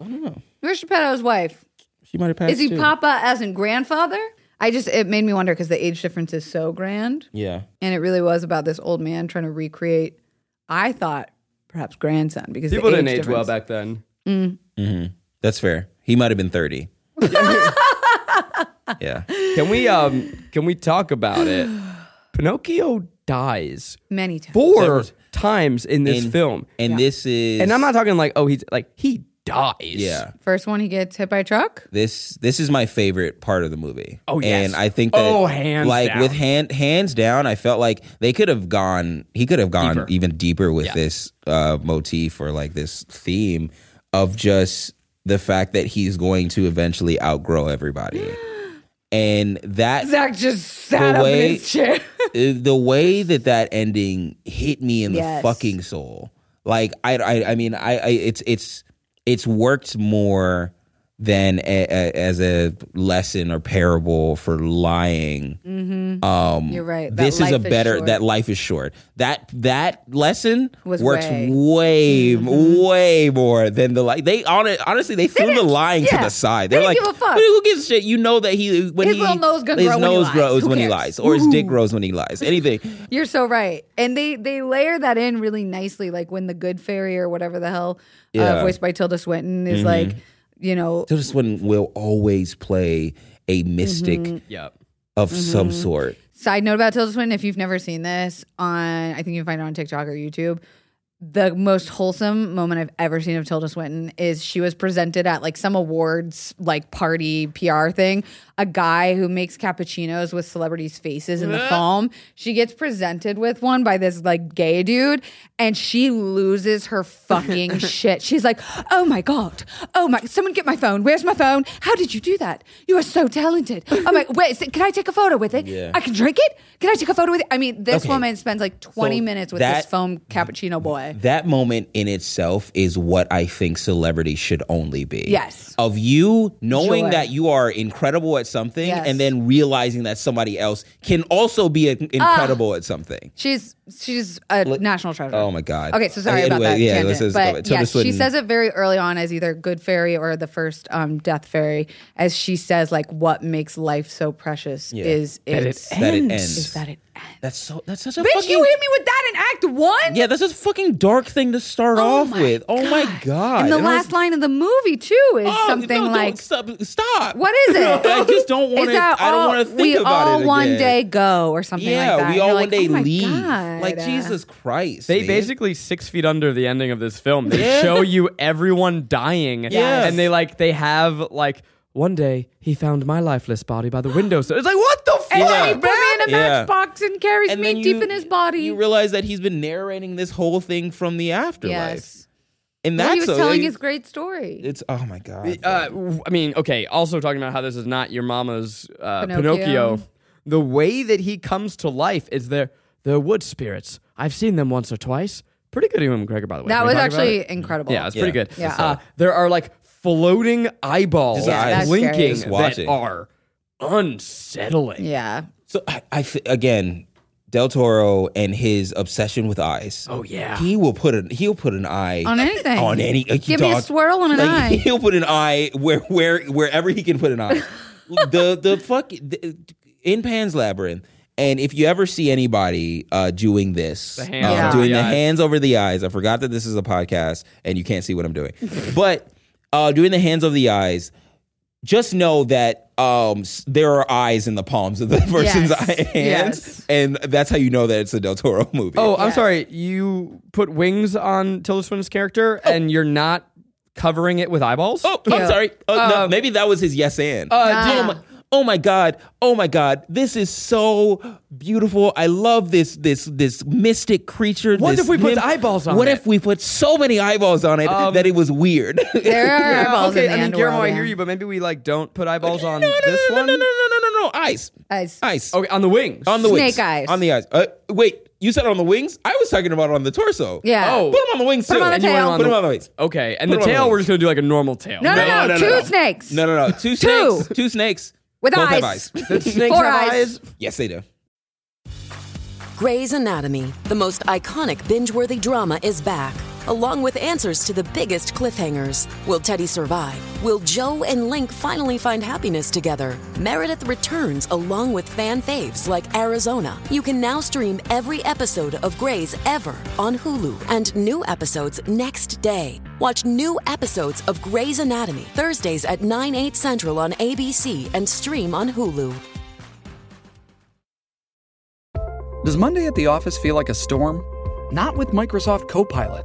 Speaker 3: I don't know. Where's Geppetto's wife?
Speaker 4: she might have passed.
Speaker 3: is he
Speaker 4: too.
Speaker 3: Papa as in grandfather? I just it made me wonder because the age difference is so grand,
Speaker 4: Yeah.
Speaker 3: and it really was about this old man trying to recreate. I thought perhaps grandson because
Speaker 2: People
Speaker 3: the age
Speaker 2: didn't age well back
Speaker 3: difference-
Speaker 2: then.
Speaker 4: That's fair. He might have been 30. yeah.
Speaker 2: Can we um can we talk about it? Pinocchio dies
Speaker 3: many times.
Speaker 2: four times in this
Speaker 4: And-
Speaker 2: film.
Speaker 4: And this is
Speaker 2: And I'm not talking like oh he's like he dies.
Speaker 4: Yeah.
Speaker 3: First one, he gets hit by a truck.
Speaker 4: this this is my favorite part of the movie.
Speaker 2: Oh, yes.
Speaker 4: and I think that
Speaker 2: Oh, hands
Speaker 4: like
Speaker 2: down.
Speaker 4: with hand hands down, I felt like they could have gone. He could have gone even deeper with this uh, motif or like this theme of just the fact that he's going to eventually outgrow everybody, and that
Speaker 3: Zach just sat
Speaker 4: The
Speaker 3: up in
Speaker 4: way-
Speaker 3: his chair.
Speaker 4: uh, the way that that ending hit me in the
Speaker 3: Yes.
Speaker 4: fucking soul. Like I, I, I mean, I, I, it's, it's, it's worked more than a, a, as a lesson or parable for lying. Um,
Speaker 3: You're right. Mm, That
Speaker 4: This is a
Speaker 3: life is
Speaker 4: better
Speaker 3: short.
Speaker 4: that life is short. That that lesson
Speaker 3: Was
Speaker 4: works
Speaker 3: way- Mm-hmm.
Speaker 4: way way, more than the like. They on honestly they threw the lying
Speaker 3: yeah.
Speaker 4: to the side.
Speaker 3: They
Speaker 4: They're
Speaker 3: didn't
Speaker 4: like,
Speaker 3: give a fuck.
Speaker 4: who gives a shit? You know that he when
Speaker 3: His
Speaker 4: he
Speaker 3: little nose gonna
Speaker 4: his
Speaker 3: grow when he
Speaker 4: nose
Speaker 3: lies.
Speaker 4: grows
Speaker 3: Who
Speaker 4: when he
Speaker 3: cares?
Speaker 4: lies or his dick grows when he lies. Anything.
Speaker 3: You're so right. And they they layer that in really nicely, like when the good fairy or whatever the hell, uh,
Speaker 4: Yeah.
Speaker 3: voiced by Tilda Swinton, is like, you know,
Speaker 4: Tilda Swinton will always play a mystic
Speaker 3: Mm-hmm.
Speaker 2: Yep.
Speaker 4: of some sort.
Speaker 3: side note about Tilda Swinton, if you've never seen this on, I think you can find it on TikTok or YouTube. The most wholesome moment I've ever seen of Tilda Swinton is she was presented at like some awards like party PR thing. A guy who makes cappuccinos with celebrities' faces in the foam. She gets presented with one by this like gay dude, and she loses her fucking shit. She's like, "Oh my god! Oh my! Someone get my phone! Where's my phone? How did you do that? You are so talented! Oh my! Wait, can I take a photo with it?
Speaker 4: Yeah.
Speaker 3: I can drink it. Can I take a photo with it? I mean, this
Speaker 4: Okay.
Speaker 3: woman spends like 20
Speaker 4: So
Speaker 3: minutes with
Speaker 4: that-
Speaker 3: this foam cappuccino boy.
Speaker 4: That moment in itself is what I think celebrity should only be.
Speaker 3: Yes.
Speaker 4: Of you knowing
Speaker 3: Joy.
Speaker 4: that you are incredible at something
Speaker 3: Yes.
Speaker 4: and then realizing that somebody else can also be in-
Speaker 3: Ah.
Speaker 4: incredible at something.
Speaker 3: She's she's a national treasure.
Speaker 4: Oh my God.
Speaker 3: Okay, so sorry about
Speaker 4: Anyway,
Speaker 3: that.
Speaker 4: yeah,
Speaker 3: tangent,
Speaker 4: let's- let's go back.
Speaker 3: but
Speaker 4: Tilda
Speaker 3: yes, she
Speaker 4: Swinton.
Speaker 3: says it very early on as either good fairy or the first um, death fairy, as she says like what makes life so precious is
Speaker 2: That it
Speaker 3: its
Speaker 4: That it
Speaker 2: ends.
Speaker 4: ends.
Speaker 3: is that it
Speaker 7: That's so. That's such a
Speaker 3: Bitch,
Speaker 7: fucking.
Speaker 3: you hit me with that in act one?
Speaker 7: yeah, that's a fucking dark thing to start off with. Oh my god!
Speaker 3: And
Speaker 7: I
Speaker 3: the
Speaker 7: was-
Speaker 3: last line of the movie, too, is
Speaker 7: Oh,
Speaker 3: something
Speaker 7: no, don't
Speaker 3: like.
Speaker 7: stop. stop.
Speaker 3: What is it?
Speaker 7: I just don't
Speaker 3: Is
Speaker 7: want to.
Speaker 3: that
Speaker 7: I don't
Speaker 3: all-
Speaker 7: want to think
Speaker 3: we
Speaker 7: about
Speaker 3: all
Speaker 7: it
Speaker 3: one
Speaker 7: again.
Speaker 3: day go or something
Speaker 7: Yeah,
Speaker 3: like that.
Speaker 7: we
Speaker 3: And
Speaker 7: all
Speaker 3: you're
Speaker 7: one
Speaker 3: like,
Speaker 7: day
Speaker 3: oh my
Speaker 7: leave.
Speaker 3: God.
Speaker 4: Like Jesus Christ.
Speaker 2: They
Speaker 4: man.
Speaker 2: basically six feet under the ending of this film. They
Speaker 7: Yeah.
Speaker 2: show you everyone dying,
Speaker 7: Yes.
Speaker 2: and they like they have like one day he found my lifeless body by the window. So it's like what the fuck?
Speaker 3: And then he put me in a
Speaker 7: Yeah.
Speaker 3: matchbox and carries
Speaker 7: And
Speaker 3: me
Speaker 7: then
Speaker 3: deep
Speaker 7: you-
Speaker 3: in his body.
Speaker 7: You realize that he's been narrating this whole thing from the afterlife,
Speaker 3: yes.
Speaker 7: and
Speaker 3: Well,
Speaker 7: that's
Speaker 3: he
Speaker 7: a-
Speaker 3: was telling his great story.
Speaker 7: It's oh my god.
Speaker 2: Uh, w- I mean, okay. Also talking about how this is not your mama's uh, Pinocchio.
Speaker 3: Pinocchio.
Speaker 2: The way that he comes to life is there. They're wood spirits. I've seen them once or twice. Pretty good of him, McGregor, by the way.
Speaker 3: that
Speaker 2: Can we
Speaker 3: was
Speaker 2: talk about it?
Speaker 3: actually incredible.
Speaker 2: Yeah, it's pretty
Speaker 4: Yeah.
Speaker 2: good.
Speaker 3: Yeah.
Speaker 2: Uh, there are like floating eyeballs
Speaker 4: Just Yeah,
Speaker 3: eyes. that's scary.
Speaker 2: blinking
Speaker 4: Just
Speaker 2: that
Speaker 4: watching.
Speaker 2: are unsettling.
Speaker 3: Yeah.
Speaker 4: So I, I f- again, Del Toro and his obsession with eyes.
Speaker 2: Oh, yeah.
Speaker 4: he will put an he'll put an eye
Speaker 3: On anything.
Speaker 4: on any. like,
Speaker 3: Give me a
Speaker 4: dog-
Speaker 3: swirl and an
Speaker 4: like,
Speaker 3: eye.
Speaker 4: He'll put an eye where where wherever he can put an eye. the the fuck the, in Pan's Labyrinth. And if you ever see anybody uh, doing this,
Speaker 2: The hands
Speaker 4: uh,
Speaker 3: over
Speaker 4: doing
Speaker 2: the
Speaker 4: the
Speaker 2: eyes.
Speaker 4: hands over the eyes, I forgot that this is a podcast and you can't see what I'm doing, but uh, doing the hands over the eyes, just know that um, s- there are eyes in the palms of the person's
Speaker 3: Yes.
Speaker 4: eye- hands,
Speaker 3: Yes.
Speaker 4: and that's how you know that it's a Del Toro movie.
Speaker 2: Oh, I'm
Speaker 3: Yes.
Speaker 2: sorry. You put wings on Tilda Swinton's character, and you're not covering it with eyeballs.
Speaker 4: Oh, I'm sorry. Oh, no, maybe that was his yes and. oh, my, oh my god. Oh my god. This is so beautiful. I love this this this mystic creature.
Speaker 2: What
Speaker 4: this
Speaker 2: if we put
Speaker 4: nymph.
Speaker 2: eyeballs on
Speaker 4: What
Speaker 2: it?
Speaker 4: if we put so many eyeballs on it that it was weird?
Speaker 3: There are eyeballs
Speaker 2: okay,
Speaker 3: in the
Speaker 2: I mean,
Speaker 3: underworld,
Speaker 2: Guillermo, I
Speaker 3: yeah.
Speaker 2: hear you, but maybe we like don't put eyeballs on
Speaker 4: no, no,
Speaker 2: this
Speaker 4: no,
Speaker 2: one.
Speaker 4: no, no, no, no, no, no, no. Eyes.
Speaker 3: Eyes.
Speaker 4: Ice.
Speaker 2: Okay, on the wings.
Speaker 4: On the wings.
Speaker 3: Snake eyes.
Speaker 4: Oh, On the eyes. Uh, wait, you said on the wings? I was talking about on the torso.
Speaker 3: Yeah.
Speaker 2: Oh.
Speaker 4: Put them on the wings
Speaker 3: Put
Speaker 4: too.
Speaker 3: 'em on the
Speaker 4: And you
Speaker 3: tail.
Speaker 4: went Put them on the wings.
Speaker 2: okay, and
Speaker 4: Put them
Speaker 2: the
Speaker 4: on the
Speaker 2: tail we're
Speaker 4: wings.
Speaker 2: just gonna do like a normal tail.
Speaker 3: No, no,
Speaker 2: right?
Speaker 3: no, two snakes.
Speaker 4: No, no, no. Two snakes. Two snakes.
Speaker 3: With
Speaker 4: Both have
Speaker 3: eyes.
Speaker 2: The snakes
Speaker 3: Four
Speaker 2: have
Speaker 3: eyes.
Speaker 2: eyes.
Speaker 4: Yes, they do.
Speaker 8: Grey's Anatomy, the most iconic binge worthy drama, is back, along with answers to the biggest cliffhangers. Will Teddy survive? Will Joe and Link finally find happiness together? Meredith returns along with fan faves like Arizona. You can now stream every episode of Grey's ever on Hulu and new episodes next day. Watch new episodes of Grey's Anatomy Thursdays at 9, 8 central on ABC and stream on Hulu.
Speaker 9: Does Monday at the office feel like a storm? Not with Microsoft Copilot.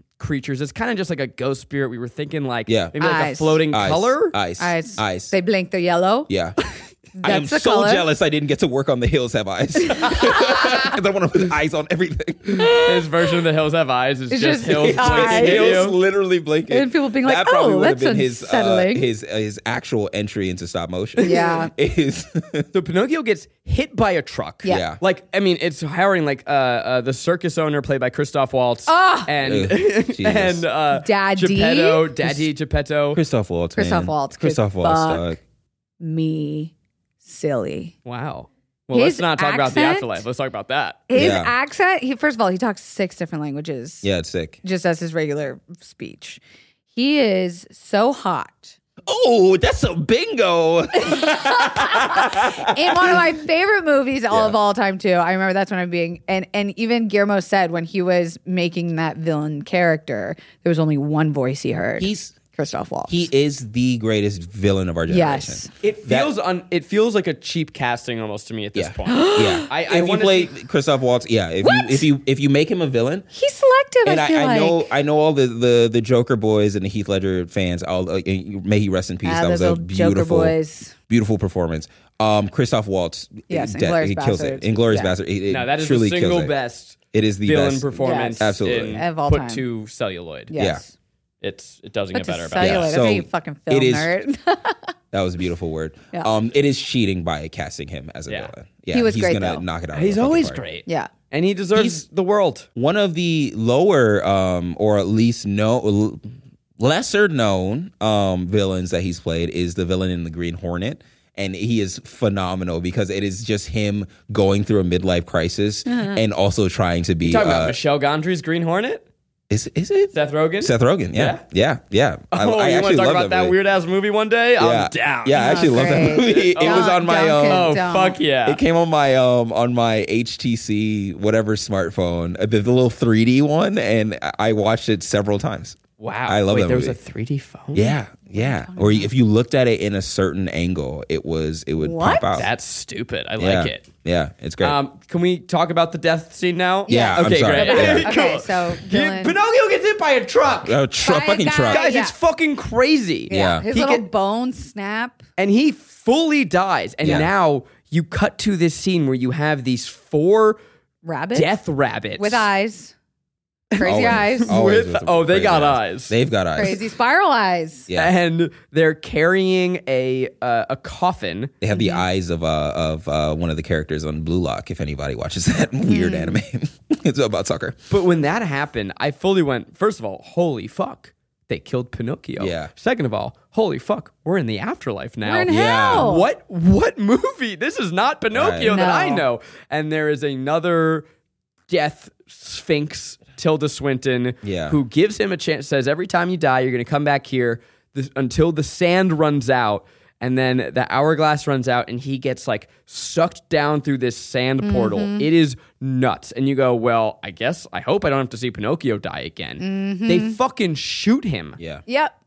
Speaker 2: creatures. It's kind of just like a ghost spirit. We were thinking like
Speaker 4: Yeah.
Speaker 2: maybe like a
Speaker 3: Eyes.
Speaker 2: floating
Speaker 4: Eyes.
Speaker 2: color.
Speaker 4: Ice.
Speaker 3: eyes.
Speaker 4: Ice.
Speaker 3: They blink. They're yellow.
Speaker 4: Yeah. I am
Speaker 3: That's the
Speaker 4: so
Speaker 3: color.
Speaker 4: jealous I didn't get to work on The Hills Have Eyes. 'Cause I want to put eyes on everything.
Speaker 2: His version of the hills have eyes is
Speaker 3: It's
Speaker 2: just,
Speaker 3: just
Speaker 2: hills.
Speaker 3: eyes.
Speaker 2: blinking at you.
Speaker 4: Hills literally blinking.
Speaker 3: And people being like,
Speaker 4: that probably
Speaker 3: "Oh,
Speaker 4: would have
Speaker 3: that's
Speaker 4: been his, uh,
Speaker 3: unsettling."
Speaker 4: his, uh, his actual entry into stop motion.
Speaker 3: Yeah.
Speaker 4: Is,
Speaker 2: So Pinocchio gets hit by a truck.
Speaker 3: Yeah.
Speaker 4: Yeah.
Speaker 2: Like, I mean, it's hiring like uh, uh, the circus owner played by Christoph Waltz and
Speaker 4: Ugh, Jesus.
Speaker 2: and uh,
Speaker 3: Ah! Daddy?
Speaker 2: Geppetto, Daddy Geppetto.
Speaker 4: Christoph Waltz.
Speaker 3: Christoph
Speaker 4: man.
Speaker 3: Waltz could
Speaker 4: Christoph Waltz.
Speaker 3: fuck
Speaker 4: dog.
Speaker 3: Me, silly.
Speaker 2: Wow. Well,
Speaker 3: His
Speaker 2: let's not talk about the
Speaker 3: accent?
Speaker 2: afterlife. Let's talk about that.
Speaker 3: His
Speaker 4: Yeah.
Speaker 3: accent. He first of all, he talks six different languages.
Speaker 4: Yeah, it's sick.
Speaker 3: Just as his regular speech. He is so hot.
Speaker 4: Oh, that's a bingo.
Speaker 3: in one of my favorite movies all of all time too. I remember that's when I'm being and and even Guillermo said when he was making that villain character, there was only one voice he heard.
Speaker 4: He's-
Speaker 3: Christoph Waltz.
Speaker 4: he is the greatest villain of our generation.
Speaker 3: yes.
Speaker 2: It
Speaker 4: That-
Speaker 2: feels un- It feels like a cheap casting almost to me at this
Speaker 4: Yeah.
Speaker 2: point.
Speaker 4: yeah.
Speaker 2: I- I
Speaker 4: if you
Speaker 2: wanna
Speaker 4: play
Speaker 2: see-
Speaker 4: Christoph Waltz, yeah. If you if you if you make him a villain,
Speaker 3: He's selective,
Speaker 4: and
Speaker 3: I
Speaker 4: I,
Speaker 3: feel
Speaker 4: I,
Speaker 3: like.
Speaker 4: know I know all the, the the Joker boys and the Heath Ledger fans. All uh, and may he rest in peace. that
Speaker 3: Ah, those
Speaker 4: was a
Speaker 3: little Joker
Speaker 4: beautiful,
Speaker 3: boys.
Speaker 4: beautiful performance. Um, Christoph Waltz,
Speaker 3: Yes,
Speaker 4: he
Speaker 3: Inglourious
Speaker 4: he kills it.
Speaker 3: Basterds.
Speaker 4: Inglorious
Speaker 3: Yeah.
Speaker 4: Bastard, it, it
Speaker 2: No, that is
Speaker 4: truly
Speaker 2: the
Speaker 4: kills
Speaker 2: single
Speaker 4: it.
Speaker 2: best
Speaker 4: It is the
Speaker 2: villain
Speaker 4: best.
Speaker 2: performance
Speaker 3: Yes.
Speaker 4: Absolutely.
Speaker 2: in
Speaker 3: Of all
Speaker 2: put
Speaker 3: time.
Speaker 2: to celluloid.
Speaker 3: Yes.
Speaker 2: It's it doesn't
Speaker 3: But
Speaker 2: get better
Speaker 3: to
Speaker 2: about
Speaker 3: celluloid,
Speaker 2: that.
Speaker 4: Yeah,
Speaker 3: that's how
Speaker 4: so
Speaker 3: you fucking film
Speaker 4: it is-
Speaker 3: nerd.
Speaker 4: That was a beautiful word.
Speaker 3: Yeah.
Speaker 4: Um, it is cheating by casting him as a
Speaker 2: Yeah.
Speaker 4: villain. Yeah,
Speaker 3: He was
Speaker 4: he's
Speaker 3: great,
Speaker 4: gonna
Speaker 3: though.
Speaker 4: knock it out. of
Speaker 2: He's
Speaker 4: the fucking
Speaker 2: always
Speaker 4: park.
Speaker 2: great.
Speaker 3: yeah.
Speaker 2: and he deserves the world.
Speaker 4: one of the lower um or at least no lesser known um villains that he's played is the villain in the green hornet and he is phenomenal because it is just him going through a midlife crisis
Speaker 3: Mm-hmm.
Speaker 4: and also trying to be
Speaker 2: You talking about
Speaker 4: uh,
Speaker 2: Michelle Gondry's Green Hornet?
Speaker 4: is, is it
Speaker 2: Seth Rogen?
Speaker 4: Seth Rogen yeah yeah yeah,
Speaker 2: Oh, you want to talk about that
Speaker 4: movie.
Speaker 2: weird ass movie one day?
Speaker 4: yeah
Speaker 2: I'm down.
Speaker 4: yeah I actually love that
Speaker 3: Oh, Great.
Speaker 4: movie it was
Speaker 3: Don't-
Speaker 4: on my
Speaker 3: don't
Speaker 4: um,
Speaker 3: con-
Speaker 2: Oh
Speaker 3: Don't.
Speaker 2: fuck yeah!
Speaker 4: it came on my um on my HTC whatever smartphone, uh, the, the little 3D one, and I- I watched it several times.
Speaker 2: wow,
Speaker 4: I love
Speaker 2: Wait,
Speaker 4: that
Speaker 2: there
Speaker 4: movie.
Speaker 2: was a 3D phone.
Speaker 4: Yeah, yeah. Or if you looked at it in a certain angle, it was it would pop out.
Speaker 2: that's stupid. I
Speaker 4: yeah.
Speaker 2: like it.
Speaker 4: Yeah, it's great.
Speaker 2: Um, can we talk about the death scene now?
Speaker 4: Yeah, I'm
Speaker 2: Okay,
Speaker 4: sorry.
Speaker 2: great.
Speaker 4: Yeah.
Speaker 3: Okay, so
Speaker 2: He-
Speaker 3: Dylan-
Speaker 2: Pinocchio gets hit by a truck.
Speaker 4: Oh, a tru-
Speaker 3: Bye,
Speaker 4: fucking
Speaker 3: guys.
Speaker 4: truck.
Speaker 2: Guys,
Speaker 3: yeah.
Speaker 2: it's fucking crazy.
Speaker 4: Yeah.
Speaker 3: his
Speaker 2: He
Speaker 3: little
Speaker 2: get-
Speaker 3: bone snap.
Speaker 2: and he fully dies. And
Speaker 4: Yeah.
Speaker 2: now you cut to this scene where you have these four
Speaker 3: Rabbit
Speaker 2: death rabbits
Speaker 3: with eyes, crazy
Speaker 4: Always.
Speaker 3: eyes,
Speaker 4: Always
Speaker 2: With-
Speaker 4: with
Speaker 2: oh, they
Speaker 4: crazy
Speaker 2: got eyes.
Speaker 4: They've got eyes.
Speaker 3: crazy spiral eyes.
Speaker 4: Yeah.
Speaker 2: and they're carrying a uh, a coffin.
Speaker 4: They have the eyes of uh, of uh, one of the characters on Blue Lock. If anybody watches that weird
Speaker 3: Hmm.
Speaker 4: anime, it's about soccer.
Speaker 2: But when that happened, I fully went. First of all, holy fuck, they killed Pinocchio.
Speaker 4: Yeah.
Speaker 2: Second of all, holy fuck, we're in the afterlife now.
Speaker 3: We're in
Speaker 4: Yeah.
Speaker 3: hell.
Speaker 2: What what movie? This is not Pinocchio
Speaker 3: Right.
Speaker 2: that I
Speaker 3: Oh. No.
Speaker 2: know. And there is another death sphinx, Tilda Swinton,
Speaker 4: Yeah.
Speaker 2: who gives him a chance. Says every time you die, you're going to come back here this, until the sand runs out, and then the hourglass runs out, and he gets like sucked down through this sand portal.
Speaker 3: Mm-hmm.
Speaker 2: It is nuts. And you go, well, I guess I hope I don't have to see Pinocchio die again.
Speaker 3: Mm-hmm.
Speaker 2: They fucking shoot him
Speaker 4: Yeah,
Speaker 3: Yep.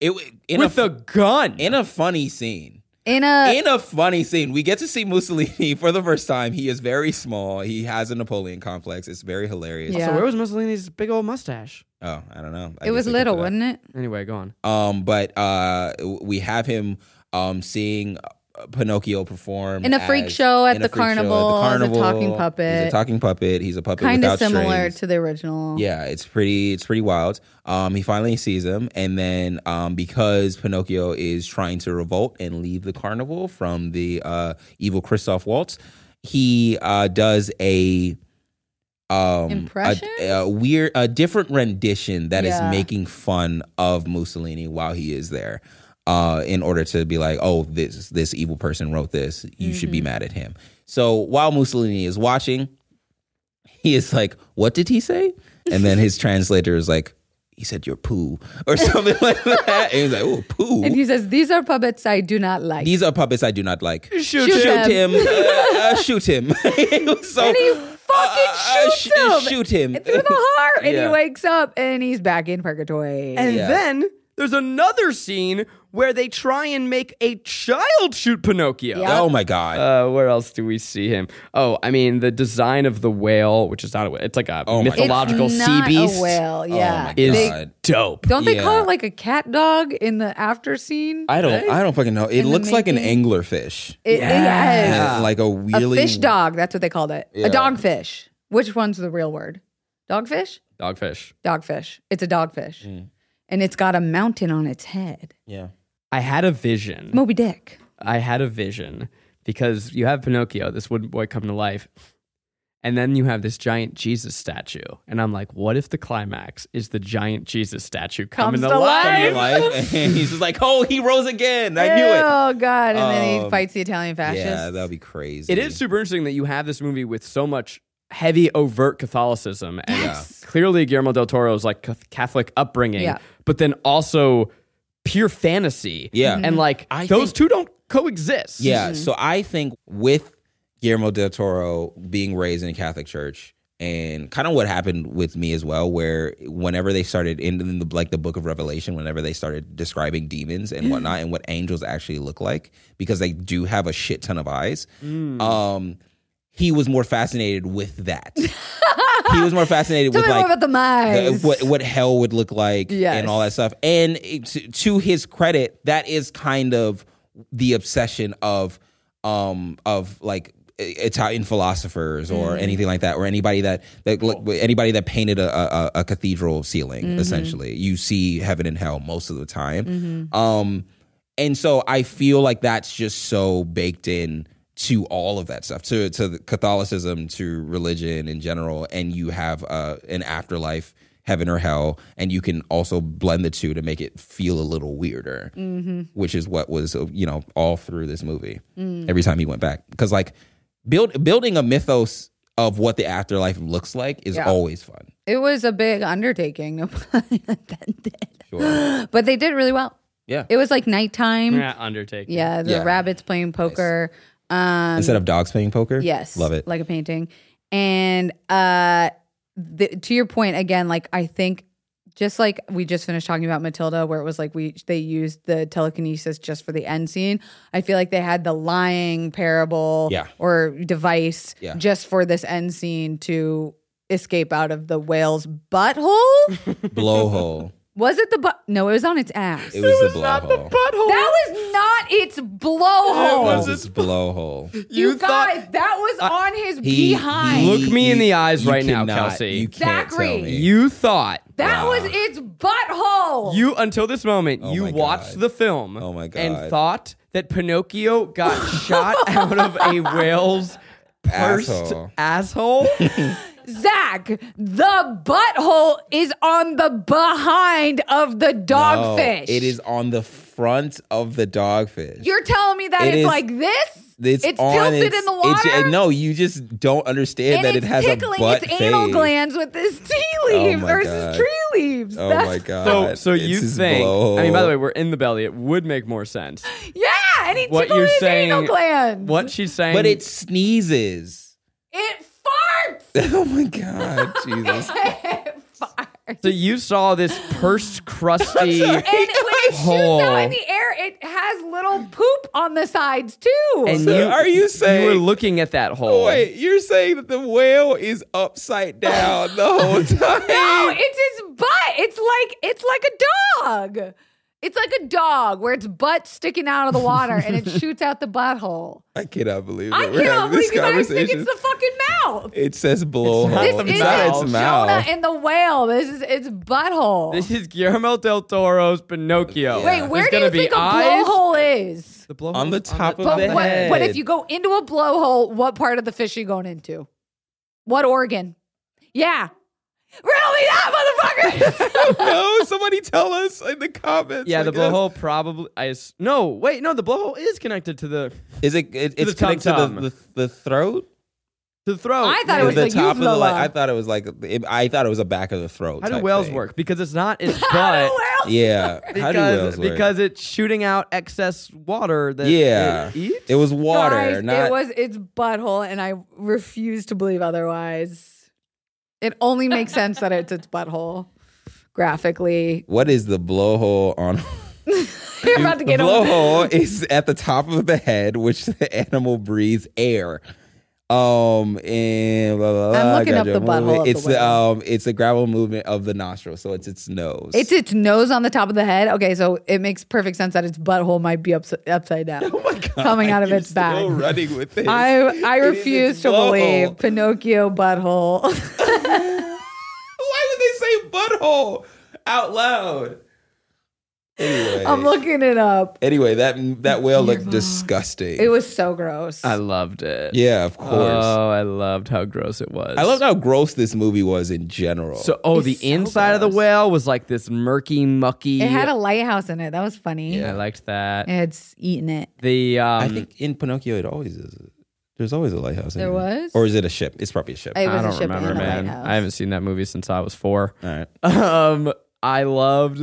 Speaker 4: it w- in
Speaker 2: with
Speaker 4: a,
Speaker 2: a gun.
Speaker 4: in a funny scene.
Speaker 3: In a
Speaker 4: in a funny scene, we get to see Mussolini for the first time. He is very small. He has a Napoleon complex. It's very hilarious.
Speaker 3: Yeah.
Speaker 2: So where was Mussolini's big old mustache?
Speaker 4: Oh, I don't know. I
Speaker 3: it was
Speaker 4: guess I cooked
Speaker 3: little,
Speaker 4: up.
Speaker 3: wasn't it?
Speaker 2: Anyway, go on.
Speaker 4: Um, but uh, we have him um seeing uh, Pinocchio perform
Speaker 3: In a freak
Speaker 4: as-
Speaker 3: show at
Speaker 4: in a
Speaker 3: the
Speaker 4: freak show
Speaker 3: carnival, as a talking
Speaker 4: He's a
Speaker 3: puppet.
Speaker 4: talking puppet. He's a puppet
Speaker 3: Kind of
Speaker 4: without
Speaker 3: similar
Speaker 4: strings.
Speaker 3: to the original.
Speaker 4: Yeah, it's pretty. It's pretty wild. Um, he finally sees him, and then um, because Pinocchio is trying to revolt and leave the carnival from the uh, evil Christoph Waltz, he uh, does a um a-
Speaker 3: Impression?
Speaker 4: a, weird, a different rendition that is
Speaker 3: Yeah.
Speaker 4: making fun of Mussolini while he is there. Uh, in order to be like, oh, this this evil person wrote this, you should
Speaker 3: Mm-hmm.
Speaker 4: be mad at him. So while Mussolini is watching, he is like, "What did he say?" And then his translator is like, "He said you're poo" or something like that. And he's like, "Oh, poo."
Speaker 3: And he says, "These are puppets I do not like."
Speaker 4: These are puppets I do not like.
Speaker 3: Shoot them.
Speaker 4: him! Uh, uh, shoot him! so,
Speaker 3: and he fucking
Speaker 4: uh,
Speaker 3: shoots
Speaker 4: uh,
Speaker 3: him.
Speaker 4: sh- Shoot him!
Speaker 3: through the heart, and
Speaker 4: Yeah.
Speaker 3: he wakes up and he's back in purgatory.
Speaker 2: And
Speaker 4: Yeah.
Speaker 2: then there's another scene where they try and make a child shoot Pinocchio.
Speaker 4: Oh my god!
Speaker 2: Uh, where else do we see him? Oh, I mean, the design of the whale, which is not a whale, it's like a
Speaker 4: Oh my God.
Speaker 2: mythological
Speaker 3: it's
Speaker 2: sea
Speaker 3: not
Speaker 2: beast,
Speaker 3: A whale, yeah.
Speaker 4: Oh my
Speaker 2: is
Speaker 4: God.
Speaker 2: dope.
Speaker 3: Don't they
Speaker 4: Yeah.
Speaker 3: call it like a cat dog in the after scene?
Speaker 4: I don't. I don't fucking know. It
Speaker 3: the
Speaker 4: looks like an
Speaker 3: making-
Speaker 4: anglerfish,
Speaker 3: It- yes.
Speaker 4: Yeah, like a
Speaker 3: A
Speaker 4: really
Speaker 3: fish dog. That's what they called it.
Speaker 4: Yeah.
Speaker 3: A dogfish. Which one's the real word? Dogfish?
Speaker 2: Dogfish.
Speaker 3: Dogfish. It's a dogfish.
Speaker 4: Mm.
Speaker 3: And it's got a mountain on its head.
Speaker 4: Yeah.
Speaker 2: I had a vision.
Speaker 3: Moby Dick.
Speaker 2: I had a vision because you have Pinocchio, this wooden boy come to life, and then you have this giant Jesus statue. And I'm like, what if the climax is the giant Jesus statue coming
Speaker 3: Comes
Speaker 2: to
Speaker 3: to
Speaker 2: life?
Speaker 3: life.
Speaker 4: Life. And he's just like, "Oh, he rose again! I knew it."
Speaker 3: Oh, God. And then
Speaker 4: Um,
Speaker 3: he fights the Italian fascists.
Speaker 4: Yeah, that'd be crazy.
Speaker 2: It is super interesting that you have this movie with so much heavy overt Catholicism, and uh, clearly Guillermo del Toro's like cath- Catholic upbringing,
Speaker 3: Yeah.
Speaker 2: but then also pure fantasy.
Speaker 3: Mm-hmm.
Speaker 4: Yeah.
Speaker 2: and like
Speaker 4: I
Speaker 2: those
Speaker 4: think-
Speaker 2: two don't coexist.
Speaker 4: Yeah. So I think with Guillermo del Toro being raised in a Catholic church and kind of what happened with me as well, where whenever they started in, in the like the book of Revelation, whenever they started describing demons
Speaker 3: Mm.
Speaker 4: and whatnot and what angels actually look like, because they do have a shit ton of eyes.
Speaker 3: Mm.
Speaker 4: Um he was more fascinated with that. he was more fascinated
Speaker 3: Tell
Speaker 4: with
Speaker 3: me
Speaker 4: like
Speaker 3: more about the
Speaker 4: the-
Speaker 3: mice.
Speaker 4: what what hell would look like
Speaker 3: Yes.
Speaker 4: and all that stuff. And it- to, to his credit, that is kind of the obsession of um of like I- Italian philosophers or anything like that, or anybody that that look, anybody that painted a, a, a cathedral ceiling. Essentially, you see heaven and hell most of the time. Um, and so I feel like that's just so baked in to all of that stuff, to to the Catholicism, to religion in general, and you have uh, an afterlife, heaven or hell, and you can also blend the two to make it feel a little weirder, which is what was uh, you know all through this movie. Every time he went back, because like build building a mythos of what the afterlife looks like is always fun.
Speaker 3: It was a big undertaking. No pun intended.
Speaker 4: Sure.
Speaker 3: But they did really well.
Speaker 4: Yeah.
Speaker 3: It was like nighttime. Yeah,
Speaker 2: Undertaking.
Speaker 3: the
Speaker 4: Yeah.
Speaker 3: rabbits playing poker. Um,
Speaker 4: Instead of dogs playing poker,
Speaker 3: Yes.
Speaker 4: love it.
Speaker 3: Like a painting. And uh the, to your point again, like I think just like we just finished talking about Matilda where it was like we they used the telekinesis just for the end scene. I feel like they had the lying parable
Speaker 4: Yeah.
Speaker 3: or device
Speaker 4: Yeah.
Speaker 3: just for this end scene to escape out of the whale's butthole?
Speaker 4: blowhole.
Speaker 3: was it the butt no, it was on its ass.
Speaker 4: It was the blowhole.
Speaker 3: that was not its blowhole.
Speaker 4: That was his blowhole.
Speaker 3: you guys, that was on his
Speaker 4: He-
Speaker 3: behind.
Speaker 4: he-
Speaker 2: Look me in the eyes
Speaker 4: you
Speaker 2: right now,
Speaker 4: cannot-
Speaker 2: Kelsey.
Speaker 4: You can't
Speaker 3: Zachary.
Speaker 4: tell me.
Speaker 2: You thought
Speaker 3: That was its butthole.
Speaker 2: you until this moment
Speaker 4: Oh
Speaker 2: you
Speaker 4: my
Speaker 2: watched
Speaker 4: God.
Speaker 2: the film
Speaker 4: Oh my God.
Speaker 2: and thought that Pinocchio got shot out of a whale's pursed
Speaker 4: Asshole.
Speaker 2: asshole.
Speaker 3: Zach, the butthole is on the behind of the
Speaker 4: No,
Speaker 3: dogfish.
Speaker 4: It is on the front of the dogfish.
Speaker 3: You're telling me that
Speaker 4: It
Speaker 3: it's
Speaker 4: is-
Speaker 3: like this?
Speaker 4: it's on
Speaker 3: tilted
Speaker 4: its-
Speaker 3: in the
Speaker 4: it's-
Speaker 3: water.
Speaker 4: and no, you just don't understand
Speaker 3: and
Speaker 4: that it
Speaker 3: it's
Speaker 4: has
Speaker 3: tickling
Speaker 4: a butt
Speaker 3: its anal
Speaker 4: face. Oh
Speaker 3: glands with his tea leaves
Speaker 4: my
Speaker 3: or
Speaker 4: God.
Speaker 3: his tree leaves.
Speaker 4: Oh
Speaker 3: That's-
Speaker 4: my god!
Speaker 2: so so you
Speaker 4: It's his
Speaker 2: think?
Speaker 4: blowhole.
Speaker 2: I mean, by the way, we're in the belly. It would make more sense.
Speaker 3: Yeah, and he
Speaker 2: What
Speaker 3: tickled
Speaker 2: you're
Speaker 3: his anal
Speaker 2: saying?
Speaker 3: glands.
Speaker 2: What she's saying?
Speaker 4: but it sneezes.
Speaker 3: It farts.
Speaker 4: Oh my god, Jesus!
Speaker 3: it farts.
Speaker 2: So you saw this pursed, crusty.
Speaker 3: And when it shoots out
Speaker 4: Oh.
Speaker 2: Hole.
Speaker 3: in the air, it has little poop on the sides too.
Speaker 2: And
Speaker 4: So
Speaker 2: you
Speaker 4: are you saying-
Speaker 2: you were looking at that hole?
Speaker 4: Wait, you're saying that the whale is upside down the whole time?
Speaker 3: No, it's his butt. It's like it's like a dog. It's like a dog where its butt sticking out of the water and it shoots out the butthole.
Speaker 4: I cannot believe that
Speaker 3: I
Speaker 4: we're having
Speaker 3: cannot believe
Speaker 4: this
Speaker 3: you guys think
Speaker 4: conversation.
Speaker 3: it's the fucking mouth.
Speaker 4: it says blowhole.
Speaker 2: This
Speaker 4: It's
Speaker 3: This
Speaker 4: not
Speaker 2: mouth.
Speaker 4: its
Speaker 3: is
Speaker 4: mouth.
Speaker 3: Jonah and the whale. This is its butthole.
Speaker 2: This is Guillermo del Toro's Pinocchio.
Speaker 3: Wait,
Speaker 2: There's
Speaker 3: where do
Speaker 2: gonna
Speaker 3: you
Speaker 2: be
Speaker 3: think a
Speaker 2: eyes.
Speaker 3: blowhole is?
Speaker 2: The blowhole
Speaker 4: On the
Speaker 2: is
Speaker 4: top of
Speaker 3: But
Speaker 4: the
Speaker 3: what,
Speaker 4: head.
Speaker 3: but if you go into a blowhole, what part of the fish are you going into? What organ? Yeah. Really, that motherfucker.
Speaker 4: no, somebody tell us in the comments. uh,
Speaker 2: yeah, the
Speaker 4: I guess.
Speaker 2: blowhole probably. I s- no. Wait, no. The blowhole is connected to the
Speaker 4: Is it? it
Speaker 2: To
Speaker 4: it's
Speaker 2: the top
Speaker 4: connected to
Speaker 2: thumb.
Speaker 4: the, the, the throat.
Speaker 2: to the throat.
Speaker 3: I thought it
Speaker 2: Yeah.
Speaker 3: was
Speaker 4: the
Speaker 3: the
Speaker 4: top of the like.
Speaker 3: uvula.
Speaker 4: I thought it was like. It, I thought it was the back of the throat.
Speaker 2: How do
Speaker 4: type
Speaker 2: whales
Speaker 4: thing.
Speaker 2: work? Because it's not its butt.
Speaker 3: Well,
Speaker 4: Yeah. How do
Speaker 2: Because
Speaker 4: whales work?
Speaker 2: because it's shooting out excess water that
Speaker 4: yeah,
Speaker 2: it eats.
Speaker 4: it was water.
Speaker 3: Guys,
Speaker 4: not
Speaker 3: it was its butthole, and I refuse to believe otherwise. It only makes sense that it's its butthole. Graphically,
Speaker 4: what is the blowhole on?
Speaker 3: you're about to
Speaker 4: the
Speaker 3: get a
Speaker 4: blowhole is at the top of the head, which the animal breathes air. Um and blah, blah, blah,
Speaker 3: I'm looking up
Speaker 4: gradual
Speaker 3: the butthole
Speaker 4: movement.
Speaker 3: of the
Speaker 4: It's the,
Speaker 3: whale.
Speaker 4: um it's the gravel movement of the nostril, so it's its nose.
Speaker 3: It's its nose on the top of the head. Okay, so it makes perfect sense that its butthole might be ups- upside down, coming out of
Speaker 4: You're
Speaker 3: its back.
Speaker 4: Still running with this.
Speaker 3: I I
Speaker 4: It is
Speaker 3: refuse
Speaker 4: its
Speaker 3: to
Speaker 4: blowhole.
Speaker 3: believe Pinocchio butthole.
Speaker 4: Why would they say butthole out loud? Anyway,
Speaker 3: I'm looking it up.
Speaker 4: anyway, that that whale looked disgusting.
Speaker 3: It was so gross.
Speaker 2: I loved it.
Speaker 4: yeah, of course.
Speaker 2: Oh, I loved how gross it was.
Speaker 4: I loved how gross this movie was in general.
Speaker 2: So, oh, the
Speaker 3: It's so
Speaker 2: inside of the
Speaker 3: gross.
Speaker 2: whale was like this murky, mucky.
Speaker 3: it had a lighthouse in it. That was funny.
Speaker 2: I liked that.
Speaker 3: It's eaten it.
Speaker 2: The um,
Speaker 4: I think in Pinocchio it always is. There's always a lighthouse. in
Speaker 3: There
Speaker 4: it.
Speaker 3: was?
Speaker 4: or is it a ship? It's probably a ship.
Speaker 3: It was
Speaker 2: I
Speaker 3: a
Speaker 2: don't
Speaker 3: ship
Speaker 2: remember,
Speaker 3: and a
Speaker 2: man.
Speaker 3: lighthouse.
Speaker 2: I haven't seen that movie since I was four.
Speaker 4: All right.
Speaker 2: Um, I loved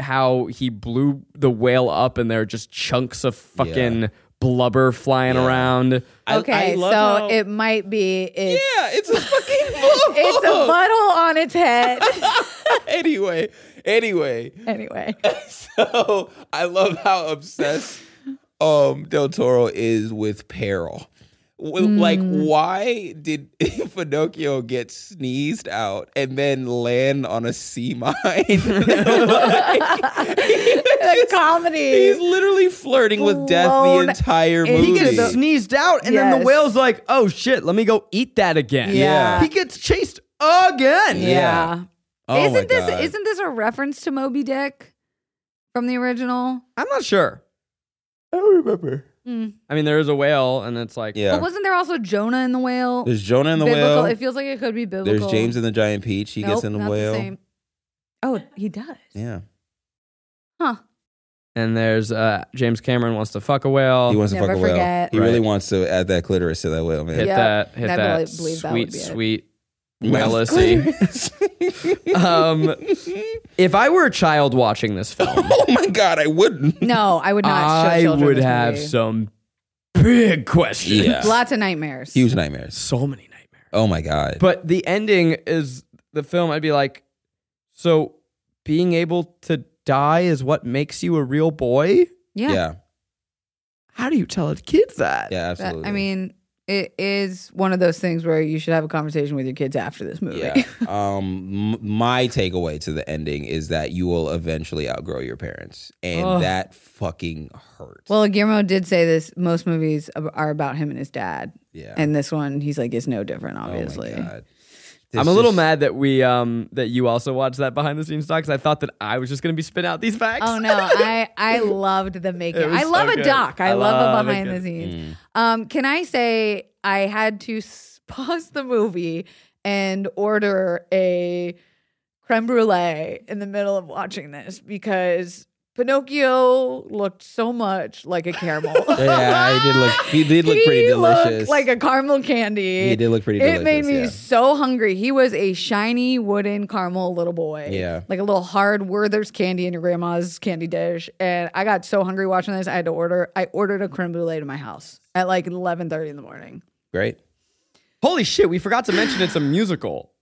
Speaker 2: how he blew the whale up, and there are just chunks of fucking blubber flying around.
Speaker 3: Okay, so
Speaker 4: how-
Speaker 3: it might be it's,
Speaker 4: yeah, it's a fucking blowhole.
Speaker 3: it's a butthole on its head.
Speaker 4: anyway, anyway.
Speaker 3: anyway,
Speaker 4: So I love how obsessed um Del Toro is with peril. W- Like,
Speaker 3: Mm.
Speaker 4: why did Pinocchio get sneezed out and then land on a sea mine?
Speaker 3: the comedy.
Speaker 4: He's literally flirting with death
Speaker 3: Blown
Speaker 4: the entire
Speaker 3: into
Speaker 4: movie.
Speaker 2: He gets sneezed out, and then the
Speaker 3: Yes.
Speaker 2: whale's like, "Oh shit, let me go eat that again."
Speaker 3: Yeah.
Speaker 2: he gets chased again.
Speaker 3: yeah.
Speaker 4: Oh my
Speaker 3: isn't this
Speaker 4: God.
Speaker 3: isn't this a reference to Moby Dick from the original?
Speaker 2: I'm not sure.
Speaker 4: I don't remember.
Speaker 2: I mean, there is a whale, and it's like,
Speaker 4: Yeah.
Speaker 3: But wasn't there also Jonah in the whale?
Speaker 4: There's Jonah in the
Speaker 3: biblical.
Speaker 4: whale.
Speaker 3: It feels like it could be biblical.
Speaker 4: There's James and the Giant Peach. He
Speaker 3: Nope,
Speaker 4: gets in the
Speaker 3: not
Speaker 4: whale.
Speaker 3: same. Oh, he does.
Speaker 4: Yeah.
Speaker 3: Huh.
Speaker 2: and there's uh, James Cameron wants to fuck a whale.
Speaker 4: He wants to
Speaker 3: Never
Speaker 4: fuck a whale.
Speaker 3: forget.
Speaker 4: He really
Speaker 2: Right.
Speaker 4: wants to add that clitoris to that whale, man.
Speaker 2: hit
Speaker 3: Yeah.
Speaker 2: that, hit
Speaker 3: I
Speaker 2: that
Speaker 3: believe
Speaker 2: sweet,
Speaker 3: that would be it.
Speaker 2: sweet
Speaker 4: Mouth
Speaker 2: whaley. um, if I were a child watching this film,
Speaker 4: oh my god, I wouldn't.
Speaker 3: No, I would not. show
Speaker 2: I
Speaker 3: children
Speaker 2: would
Speaker 3: this
Speaker 2: have
Speaker 3: movie.
Speaker 2: some big questions.
Speaker 3: lots of nightmares.
Speaker 4: Huge nightmares.
Speaker 2: So many nightmares.
Speaker 4: Oh my god.
Speaker 2: But the ending is the film. I'd be like, so being able to die is what makes you a real boy.
Speaker 3: Yeah.
Speaker 4: yeah. yeah.
Speaker 2: How do you tell a kid that?
Speaker 3: That-
Speaker 4: absolutely.
Speaker 3: I mean, it is one of those things where you should have a conversation with your kids after this movie.
Speaker 4: yeah. um, m- my takeaway to the ending is that you will eventually outgrow your parents, and
Speaker 2: Ugh.
Speaker 4: that fucking hurts.
Speaker 3: well, Guillermo did say this. Most movies ab- are about him and his dad,
Speaker 4: yeah.
Speaker 3: and this one, he's like, it's no different.
Speaker 4: Oh my
Speaker 3: Obviously,
Speaker 4: God.
Speaker 2: I'm
Speaker 4: This
Speaker 2: a little
Speaker 4: is-
Speaker 2: mad that we um that you also watched that behind the scenes doc 'cause I thought that I was just gonna be spitting out these facts.
Speaker 3: Oh no, I I loved the making.
Speaker 2: It was
Speaker 3: I love
Speaker 2: so
Speaker 3: a
Speaker 2: good.
Speaker 3: doc. I,
Speaker 2: I
Speaker 3: love
Speaker 2: love
Speaker 3: a
Speaker 2: it.
Speaker 3: behind the
Speaker 4: mm.
Speaker 3: scenes. Um, can I say I had to s- pause the movie and order a creme brulee in the middle of watching this because Pinocchio looked so much like a caramel.
Speaker 4: Yeah, he did look. He did look
Speaker 3: He
Speaker 4: pretty
Speaker 3: looked
Speaker 4: delicious.
Speaker 3: like a caramel candy.
Speaker 4: He did look pretty delicious.
Speaker 3: It made me
Speaker 4: yeah.
Speaker 3: so hungry. He was a shiny wooden caramel little boy.
Speaker 4: Yeah.
Speaker 3: Like a little hard Werther's candy in your grandma's candy dish. And I got so hungry watching this, I had to order. I ordered a creme brulee to my house at like 11.30 in the morning.
Speaker 4: great.
Speaker 2: Holy shit, we forgot to mention it's a musical.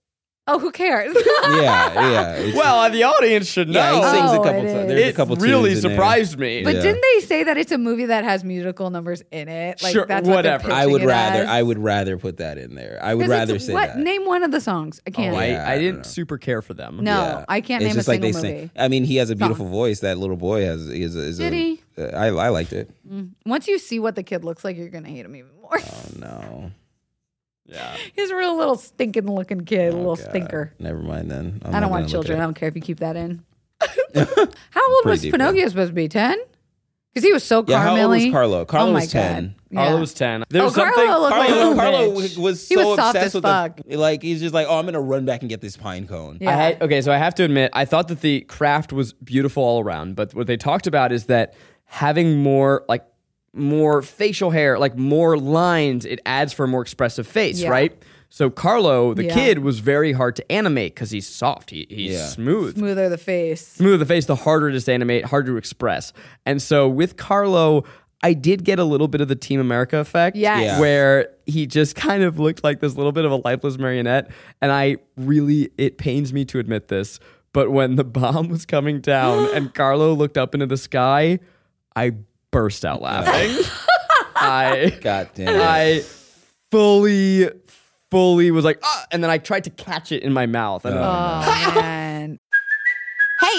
Speaker 3: Oh, who cares?
Speaker 4: Yeah, yeah. It's-
Speaker 2: Well, uh, the audience should know.
Speaker 4: yeah, he sings
Speaker 3: Oh,
Speaker 4: a couple
Speaker 3: it
Speaker 4: times.
Speaker 3: is.
Speaker 4: There's a
Speaker 2: it
Speaker 4: couple
Speaker 2: really
Speaker 4: tunes in there.
Speaker 2: surprised me.
Speaker 3: but
Speaker 4: Yeah.
Speaker 3: didn't they say that it's a movie that has musical numbers in it? Like
Speaker 2: Sure,
Speaker 3: that's what they're
Speaker 2: whatever.
Speaker 3: pitching
Speaker 4: I would
Speaker 3: it
Speaker 4: rather.
Speaker 3: as?
Speaker 4: I would rather put that in there. I would
Speaker 3: 'Cause it's-
Speaker 4: rather say
Speaker 3: what,
Speaker 4: that.
Speaker 3: Name one of the songs.
Speaker 2: Oh,
Speaker 3: I can't.
Speaker 2: I,
Speaker 4: Yeah, I
Speaker 2: I
Speaker 4: don't
Speaker 2: didn't
Speaker 4: know.
Speaker 2: super care for them.
Speaker 3: No, I can't
Speaker 4: it's
Speaker 3: name a
Speaker 4: just like
Speaker 3: single
Speaker 4: they
Speaker 3: movie.
Speaker 4: Sing. I mean, he has a beautiful voice. That little boy has. Is a, is
Speaker 3: Did
Speaker 4: a,
Speaker 3: he?
Speaker 4: uh, I I liked it.
Speaker 3: Once you see what the kid looks like, you're gonna hate him even more.
Speaker 4: Oh no,
Speaker 2: Yeah.
Speaker 3: He's a real little stinking looking kid, a
Speaker 4: Oh,
Speaker 3: little
Speaker 4: God.
Speaker 3: stinker.
Speaker 4: Never mind then. I'm
Speaker 3: I
Speaker 4: not
Speaker 3: don't want
Speaker 4: gonna look
Speaker 3: children. I
Speaker 4: at
Speaker 3: don't care if you keep that in. how old
Speaker 4: Pretty
Speaker 3: was
Speaker 4: deep,
Speaker 3: Pinocchio
Speaker 4: though.
Speaker 3: supposed to be? Ten? Because he was so
Speaker 4: it. Yeah, how old was
Speaker 3: Carmelly.
Speaker 4: Carlo? Carlo
Speaker 3: oh my
Speaker 4: was ten.
Speaker 3: God.
Speaker 2: Carlo
Speaker 3: Yeah. Oh,
Speaker 2: was 10. There was
Speaker 3: Carlo
Speaker 2: something.
Speaker 3: looked like a
Speaker 4: Carlo,
Speaker 3: little
Speaker 4: Carlo
Speaker 3: bitch.
Speaker 4: w- was
Speaker 3: He
Speaker 4: so
Speaker 3: was soft
Speaker 4: obsessed
Speaker 3: as
Speaker 4: with
Speaker 3: fuck.
Speaker 4: the like. He's just like, oh, I'm gonna run back and get this pine cone.
Speaker 3: Yeah.
Speaker 2: I had, okay, so I have to admit, I thought that the craft was beautiful all around, but what they talked about is that having more like more facial hair, like more lines, it adds for a more expressive face,
Speaker 3: Yeah.
Speaker 2: right? So Carlo, the
Speaker 3: Yeah.
Speaker 2: kid, was very hard to animate because he's soft. He, he's
Speaker 4: Yeah.
Speaker 2: smooth.
Speaker 3: smoother the face.
Speaker 2: smoother the face, the harder it is to animate, harder to express. And so with Carlo, I did get a little bit of the Team America effect,
Speaker 3: Yes. Yeah.
Speaker 2: where he just kind of looked like this little bit of a lifeless marionette. And I really, it pains me to admit this, but when the bomb was coming down and Carlo looked up into the sky, I burst out laughing. I
Speaker 4: God damn. it.
Speaker 2: I fully, fully was like, ah! and then I tried to catch it in my mouth. And
Speaker 3: Oh man.
Speaker 10: Hey,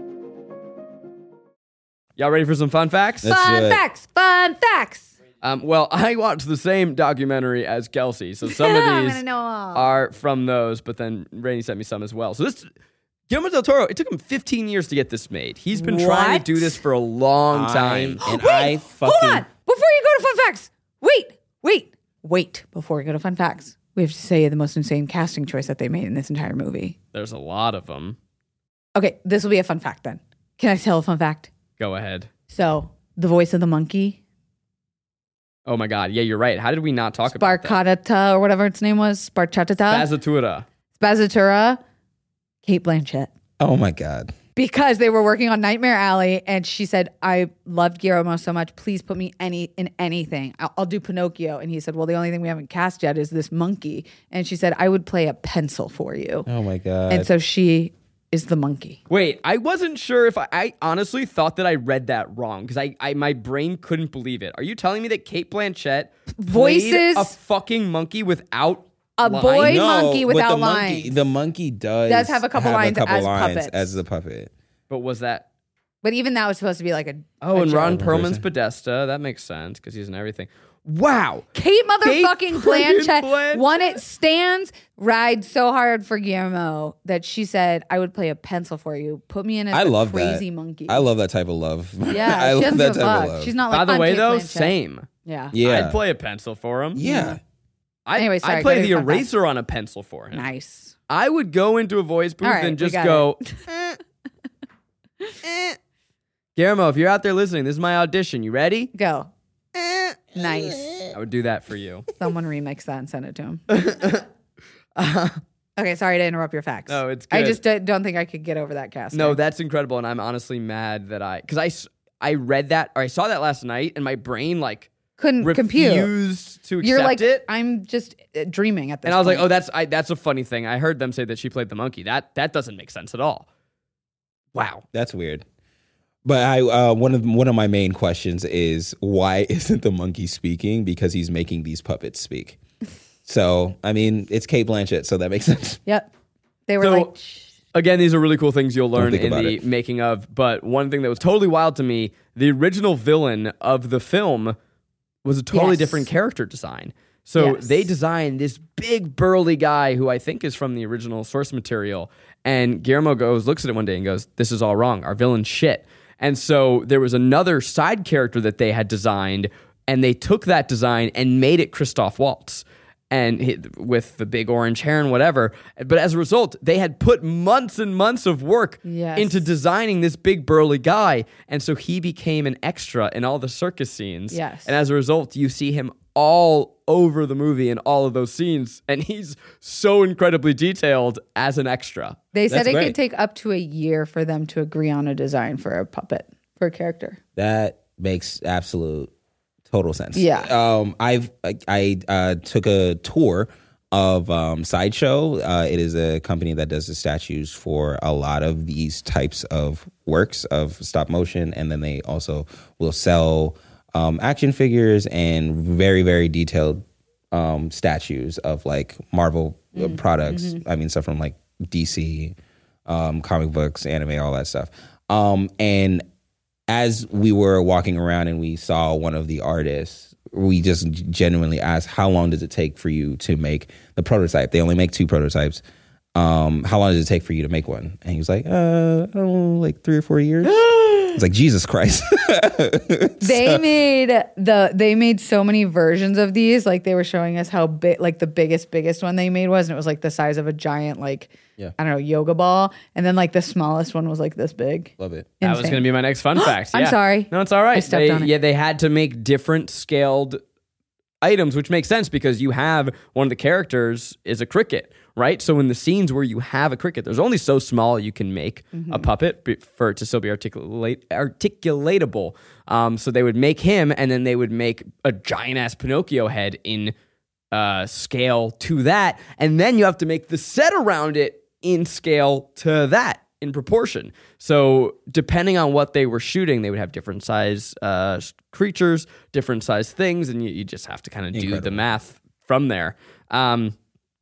Speaker 2: y'all ready for some fun facts?
Speaker 4: Let's do
Speaker 3: Fun
Speaker 4: it.
Speaker 3: facts. Fun facts.
Speaker 2: Um, well, I watched the same documentary as Kelsey, so some
Speaker 3: I'm
Speaker 2: of
Speaker 3: gonna
Speaker 2: these
Speaker 3: know all.
Speaker 2: are from those. But then Rainey sent me some as well. So this Guillermo del Toro. It took him 15 years to get this made. He's been trying
Speaker 3: What?
Speaker 2: to do this for a long
Speaker 4: I-
Speaker 2: time.
Speaker 4: and I fucking.
Speaker 3: Hold on. Before you go to fun facts, wait, wait, wait. Before we go to fun facts, we have to say the most insane casting choice that they made in this entire movie.
Speaker 2: There's a lot of them.
Speaker 3: Okay, this will be a fun fact then. Can I tell a fun fact?
Speaker 2: Go ahead.
Speaker 3: So the voice of the monkey
Speaker 2: Oh my God. Yeah, you're right. How did we not talk about that?
Speaker 3: Barcatata or whatever its name was, Barchatata,
Speaker 2: Bazatura.
Speaker 3: Spazatura, Kate Blanchett.
Speaker 4: Oh my God.
Speaker 3: Because they were working on Nightmare Alley, and she said, "I loved Guillermo so much. Please put me any in anything. I'll, I'll do Pinocchio." And he said, "Well, the only thing we haven't cast yet is this monkey." And she said, "I would play a pencil for you."
Speaker 4: Oh my God.
Speaker 3: and so she is the monkey.
Speaker 2: Wait, I wasn't sure if I, I honestly thought that I read that wrong because I, I my brain couldn't believe it. Are you telling me that Kate Blanchett played
Speaker 3: Voices-
Speaker 2: a fucking monkey without
Speaker 3: A
Speaker 2: lines?
Speaker 3: boy
Speaker 4: No,
Speaker 3: monkey
Speaker 4: but
Speaker 3: without
Speaker 4: the monkey,
Speaker 3: lines.
Speaker 4: The monkey does
Speaker 3: Does have a couple lines as puppets.
Speaker 4: as the puppet.
Speaker 2: But was that
Speaker 3: But even that was supposed to be like a
Speaker 2: Oh,
Speaker 3: a
Speaker 2: and
Speaker 3: joke.
Speaker 2: Ron
Speaker 4: joke.
Speaker 2: Perlman's Podesta. That makes sense because he's in everything. Wow.
Speaker 3: Kate motherfucking
Speaker 2: friggin'
Speaker 3: Blanchett,
Speaker 2: Blanchett.
Speaker 3: won it. Stands rides so hard for Guillermo that she said, "I would play a pencil for you. Put me in as
Speaker 4: I
Speaker 3: a
Speaker 4: love
Speaker 3: crazy
Speaker 4: that.
Speaker 3: monkey."
Speaker 4: I love that type of love.
Speaker 3: Yeah,
Speaker 4: I
Speaker 3: she
Speaker 4: love
Speaker 3: doesn't
Speaker 4: that
Speaker 3: give a
Speaker 4: type
Speaker 3: fuck.
Speaker 4: of love.
Speaker 3: She's not like
Speaker 2: By the
Speaker 3: "I'm
Speaker 2: way,
Speaker 3: Kate
Speaker 2: though,
Speaker 3: Blanchett."
Speaker 2: same.
Speaker 3: Yeah.
Speaker 4: yeah.
Speaker 2: I'd play a pencil for him. Mm-hmm.
Speaker 4: yeah.
Speaker 2: I,
Speaker 3: Anyway, sorry,
Speaker 2: I'd play
Speaker 3: go to
Speaker 2: the
Speaker 3: your fun fact.
Speaker 2: eraser on a pencil for him.
Speaker 3: Nice.
Speaker 2: I would go into a voice booth
Speaker 3: All right, we
Speaker 2: and just
Speaker 3: got
Speaker 2: go. "Eh." Guillermo, if you're out there listening, this is my audition. You ready?
Speaker 3: Go. nice.
Speaker 2: I would do that for you.
Speaker 3: Someone remix that and send it to him. okay, sorry to interrupt your facts.
Speaker 2: No, it's
Speaker 3: I
Speaker 2: good.
Speaker 3: just uh, don't don't think I could get over that cast.
Speaker 2: No, that's incredible, and I'm honestly mad that I because I s- I read that or I saw that last night, and my brain like
Speaker 3: couldn't compute.
Speaker 2: refused to accept
Speaker 3: You're like
Speaker 2: it.
Speaker 3: I'm just uh, dreaming at this.
Speaker 2: and I was like,
Speaker 3: point.
Speaker 2: oh, that's I, that's a funny thing. I heard them say that she played the monkey. That that doesn't make sense at all. Wow.
Speaker 4: That's weird. But I uh, one of one of my main questions is why isn't the monkey speaking? Because he's making these puppets speak. So I mean, it's Kate Blanchett, so that makes sense.
Speaker 3: Yep. They were
Speaker 2: So-
Speaker 3: like, "Shh."
Speaker 2: Again, these are really cool things you'll learn
Speaker 4: think
Speaker 2: in
Speaker 4: about
Speaker 2: the
Speaker 4: it.
Speaker 2: making of. But one thing that was totally wild to me, the original villain of the film was a totally
Speaker 3: Yes.
Speaker 2: different character design. So
Speaker 3: Yes.
Speaker 2: they designed this big burly guy who I think is from the original source material. And Guillermo goes, looks at it one day and goes, This is all wrong. Our villain's shit. And so there was another side character that they had designed, and they took that design and made it Christoph Waltz and he, with the big orange hair and whatever. But as a result, they had put months and months of work
Speaker 3: Yes.
Speaker 2: into designing this big burly guy. And so he became an extra in all the circus scenes.
Speaker 3: Yes.
Speaker 2: And as a result, you see him all over the movie in all of those scenes. And he's so incredibly detailed as an extra.
Speaker 3: They said
Speaker 4: That's
Speaker 3: it could
Speaker 4: great.
Speaker 3: take up to a year for them to agree on a design for a puppet for a character.
Speaker 4: That makes absolute total sense.
Speaker 3: Yeah.
Speaker 4: Um, I've I, I uh, took a tour of um, Sideshow. Uh, it is a company that does the statues for a lot of these types of works of stop motion, and then they also will sell um, action figures and very very detailed um, statues of like Marvel uh, products. I mean, stuff from like DC, um, comic books, anime, all that stuff. Um, and as we were walking around and we saw one of the artists, we just genuinely asked, "How long does it take for you to make the prototype?" They only make two prototypes. Um, how long does it take for you to make one? And he was like, "Uh, I don't know, like three or four years." It's like Jesus Christ.
Speaker 3: They made the they made so many versions of these. Like they were showing us how big like the biggest biggest one they made was, and it was like the size of a giant like I don't know yoga ball, and then like the smallest one was like this big.
Speaker 4: Love it.
Speaker 2: That was
Speaker 3: Insane.
Speaker 2: going to be my next fun fact.
Speaker 3: I'm
Speaker 2: Yeah.
Speaker 3: sorry.
Speaker 2: No, it's all right.
Speaker 3: I stepped
Speaker 2: They-
Speaker 3: on it.
Speaker 2: Yeah, they had to make different scaled items, which makes sense because you have one of the characters is a cricket, right? So in the scenes where you have a cricket, there's only so small you can make a
Speaker 3: Mm-hmm.
Speaker 2: puppet be- for it to still be articulate articulatable. Um, so they would make him, and then they would make a giant ass Pinocchio head in uh, scale to that, and then you have to make the set around it in scale to that in proportion. So depending on what they were shooting, they would have different size uh, s- creatures, different size things, and you, you just have to kind of do the
Speaker 4: Incredible.
Speaker 2: math from there. Um,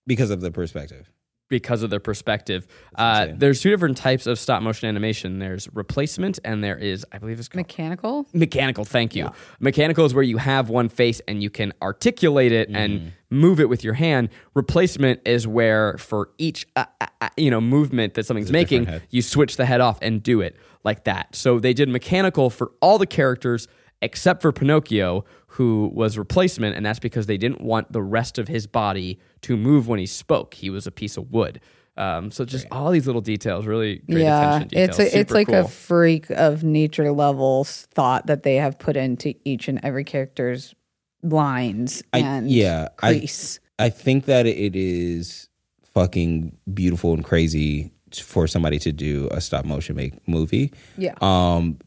Speaker 4: because of the perspective.
Speaker 2: because of their perspective, uh,
Speaker 4: insane.
Speaker 2: there's two different types of stop motion animation. There's replacement, and there is, I believe it's called
Speaker 3: Mechanical.
Speaker 2: mechanical thank you mechanical is where you have one face and you can articulate it and
Speaker 3: Mm-hmm.
Speaker 2: move it with your hand replacement is where for each uh, uh, uh, you know movement that something's making you switch the head off and do it like that so they did mechanical for all the characters except for pinocchio who was replacement and that's because they didn't want the rest of his body to move when he spoke he was a piece of wood um, so just all these little details really great
Speaker 3: yeah,
Speaker 2: attention to
Speaker 3: it's
Speaker 2: detail.
Speaker 3: a, it's
Speaker 2: Super
Speaker 3: like
Speaker 2: cool.
Speaker 3: a freak of nature level s- thought that they have put into each and every character's lines
Speaker 4: I,
Speaker 3: and
Speaker 4: yeah,
Speaker 3: crease.
Speaker 4: I, I think that it is fucking beautiful and crazy t- for somebody to do a stop motion make movie.
Speaker 3: Yeah.
Speaker 4: Um,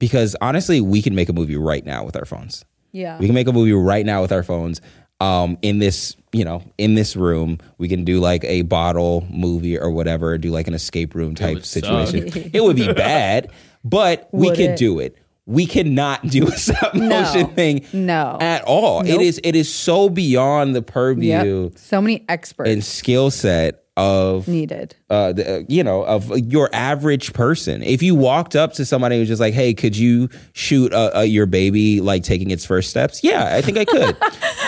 Speaker 4: because honestly, we can make a movie right now with our phones.
Speaker 3: Yeah.
Speaker 4: We can make a movie right now with our phones. Um, in this, you know, in this room, we can do like a bottle movie or whatever, do like an escape room type situation.
Speaker 3: suck.
Speaker 4: it would be bad, but we
Speaker 3: Would
Speaker 4: could
Speaker 3: it?
Speaker 4: do it. We cannot do a stop
Speaker 3: No.
Speaker 4: motion thing
Speaker 3: no.
Speaker 4: at all.
Speaker 3: Nope.
Speaker 4: It is it is so beyond the purview
Speaker 3: Yep. So many experts
Speaker 4: and skill set of
Speaker 3: needed.
Speaker 4: uh, the, uh, you know of your average person. If you walked up to somebody who's just like, "Hey, could you shoot uh, uh, your baby like taking its first steps?" Yeah, I think I could.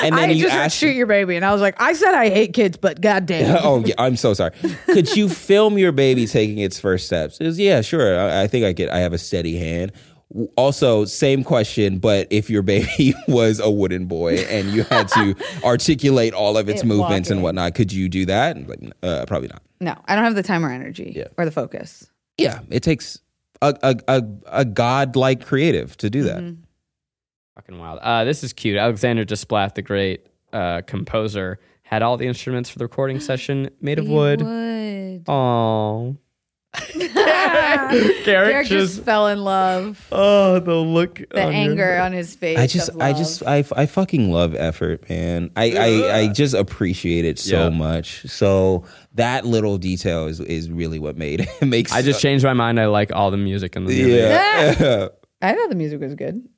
Speaker 4: and
Speaker 3: I
Speaker 4: then you
Speaker 3: just heard
Speaker 4: ask.
Speaker 3: shoot your baby, and I was like, I said I hate kids, but goddamn.
Speaker 4: oh yeah, I'm so sorry. Could you film your baby taking its first steps? It was, yeah, sure. I, I think I could. I have a steady hand. W- Also, same question, but if your baby was a wooden boy and you had to articulate all of its
Speaker 3: It
Speaker 4: movements and
Speaker 3: walking.
Speaker 4: whatnot, could you do that? And, Like, uh, probably not.
Speaker 3: No, I don't have the time or energy
Speaker 4: Yeah.
Speaker 3: or the focus.
Speaker 4: Yeah, it takes a a a, a godlike creative to do that.
Speaker 3: Mm-hmm.
Speaker 2: Fucking wild. Uh, this is cute. Alexander Desplat, the great uh, composer, had all the instruments for the recording session made of wood. Oh,
Speaker 3: Derek just
Speaker 2: just-
Speaker 3: fell in love.
Speaker 2: oh, the look,
Speaker 3: The anger on his face.
Speaker 4: I just,
Speaker 3: of
Speaker 4: I
Speaker 3: love.
Speaker 4: just, I, f- I fucking love effort, man. I, I, I just appreciate it so
Speaker 2: Yeah.
Speaker 4: much. So that little detail is, is really what made it makes.
Speaker 2: I just changed my mind. I like all the music in the movie.
Speaker 4: yeah.
Speaker 3: I thought the music was good.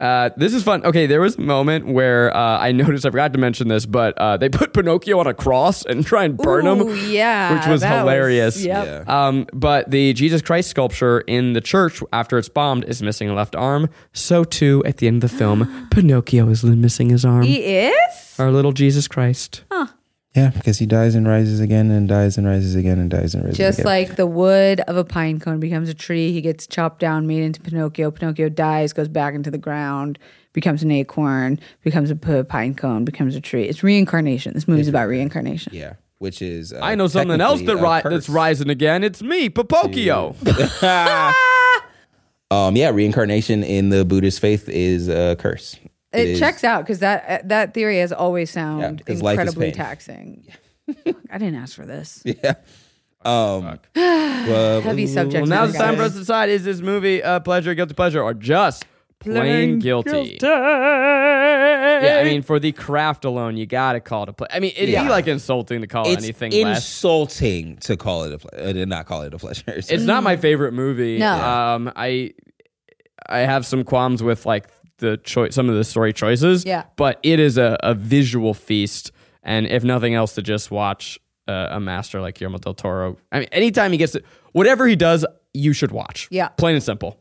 Speaker 2: Uh, this is fun. Okay, there was a moment where uh, I noticed I forgot to mention this, but uh, they put Pinocchio on a cross and try and burn
Speaker 3: Ooh,
Speaker 2: him,
Speaker 3: yeah,
Speaker 2: which was
Speaker 3: that
Speaker 2: hilarious.
Speaker 3: yep.
Speaker 4: yeah.
Speaker 2: Um, but the Jesus Christ sculpture in the church after it's bombed is missing a left arm. So too at the end of the film, Pinocchio is missing his arm.
Speaker 3: He is.
Speaker 2: Our little Jesus Christ.
Speaker 4: Oh. Yeah, because he dies and rises again and dies and rises again and dies and rises
Speaker 3: Just like the wood of a pine cone becomes a tree, he gets chopped down, made into Pinocchio. Pinocchio dies, goes back into the ground, becomes an acorn, becomes a p- pine cone, becomes a tree. It's reincarnation. This movie's about reincarnation.
Speaker 4: yeah, which is uh,
Speaker 2: I know something else that
Speaker 4: technically a
Speaker 2: ri- that's
Speaker 4: curse.
Speaker 2: rising again. It's me, Pinocchio.
Speaker 4: Um, yeah, reincarnation in the Buddhist faith is a curse.
Speaker 3: It,
Speaker 4: is-
Speaker 3: checks out because that uh, that theory has always
Speaker 4: Yeah,
Speaker 3: sound
Speaker 4: 'cause life is
Speaker 3: incredibly
Speaker 4: pain.
Speaker 3: taxing. I didn't ask for this.
Speaker 4: Yeah. Um,
Speaker 3: Heavy subject.
Speaker 2: well, now's the time for
Speaker 3: matter,
Speaker 2: us to decide: is this movie a pleasure, guilty pleasure, or just plain guilty? Yeah, I mean, for the craft alone, you gotta call it a play. I mean, it'd be like insulting to call
Speaker 4: it's
Speaker 2: anything less.
Speaker 4: insulting to call it a ple- uh, to not call it a pleasure. So-
Speaker 2: It's not my favorite movie.
Speaker 3: No.
Speaker 2: Um, I I have some qualms with like the choice, some of the story choices.
Speaker 3: Yeah.
Speaker 2: But it is a, a visual feast, and if nothing else, to just watch uh, a master like Guillermo del Toro. I mean, anytime he gets to, whatever he does, you should watch.
Speaker 3: Yeah.
Speaker 2: Plain and simple.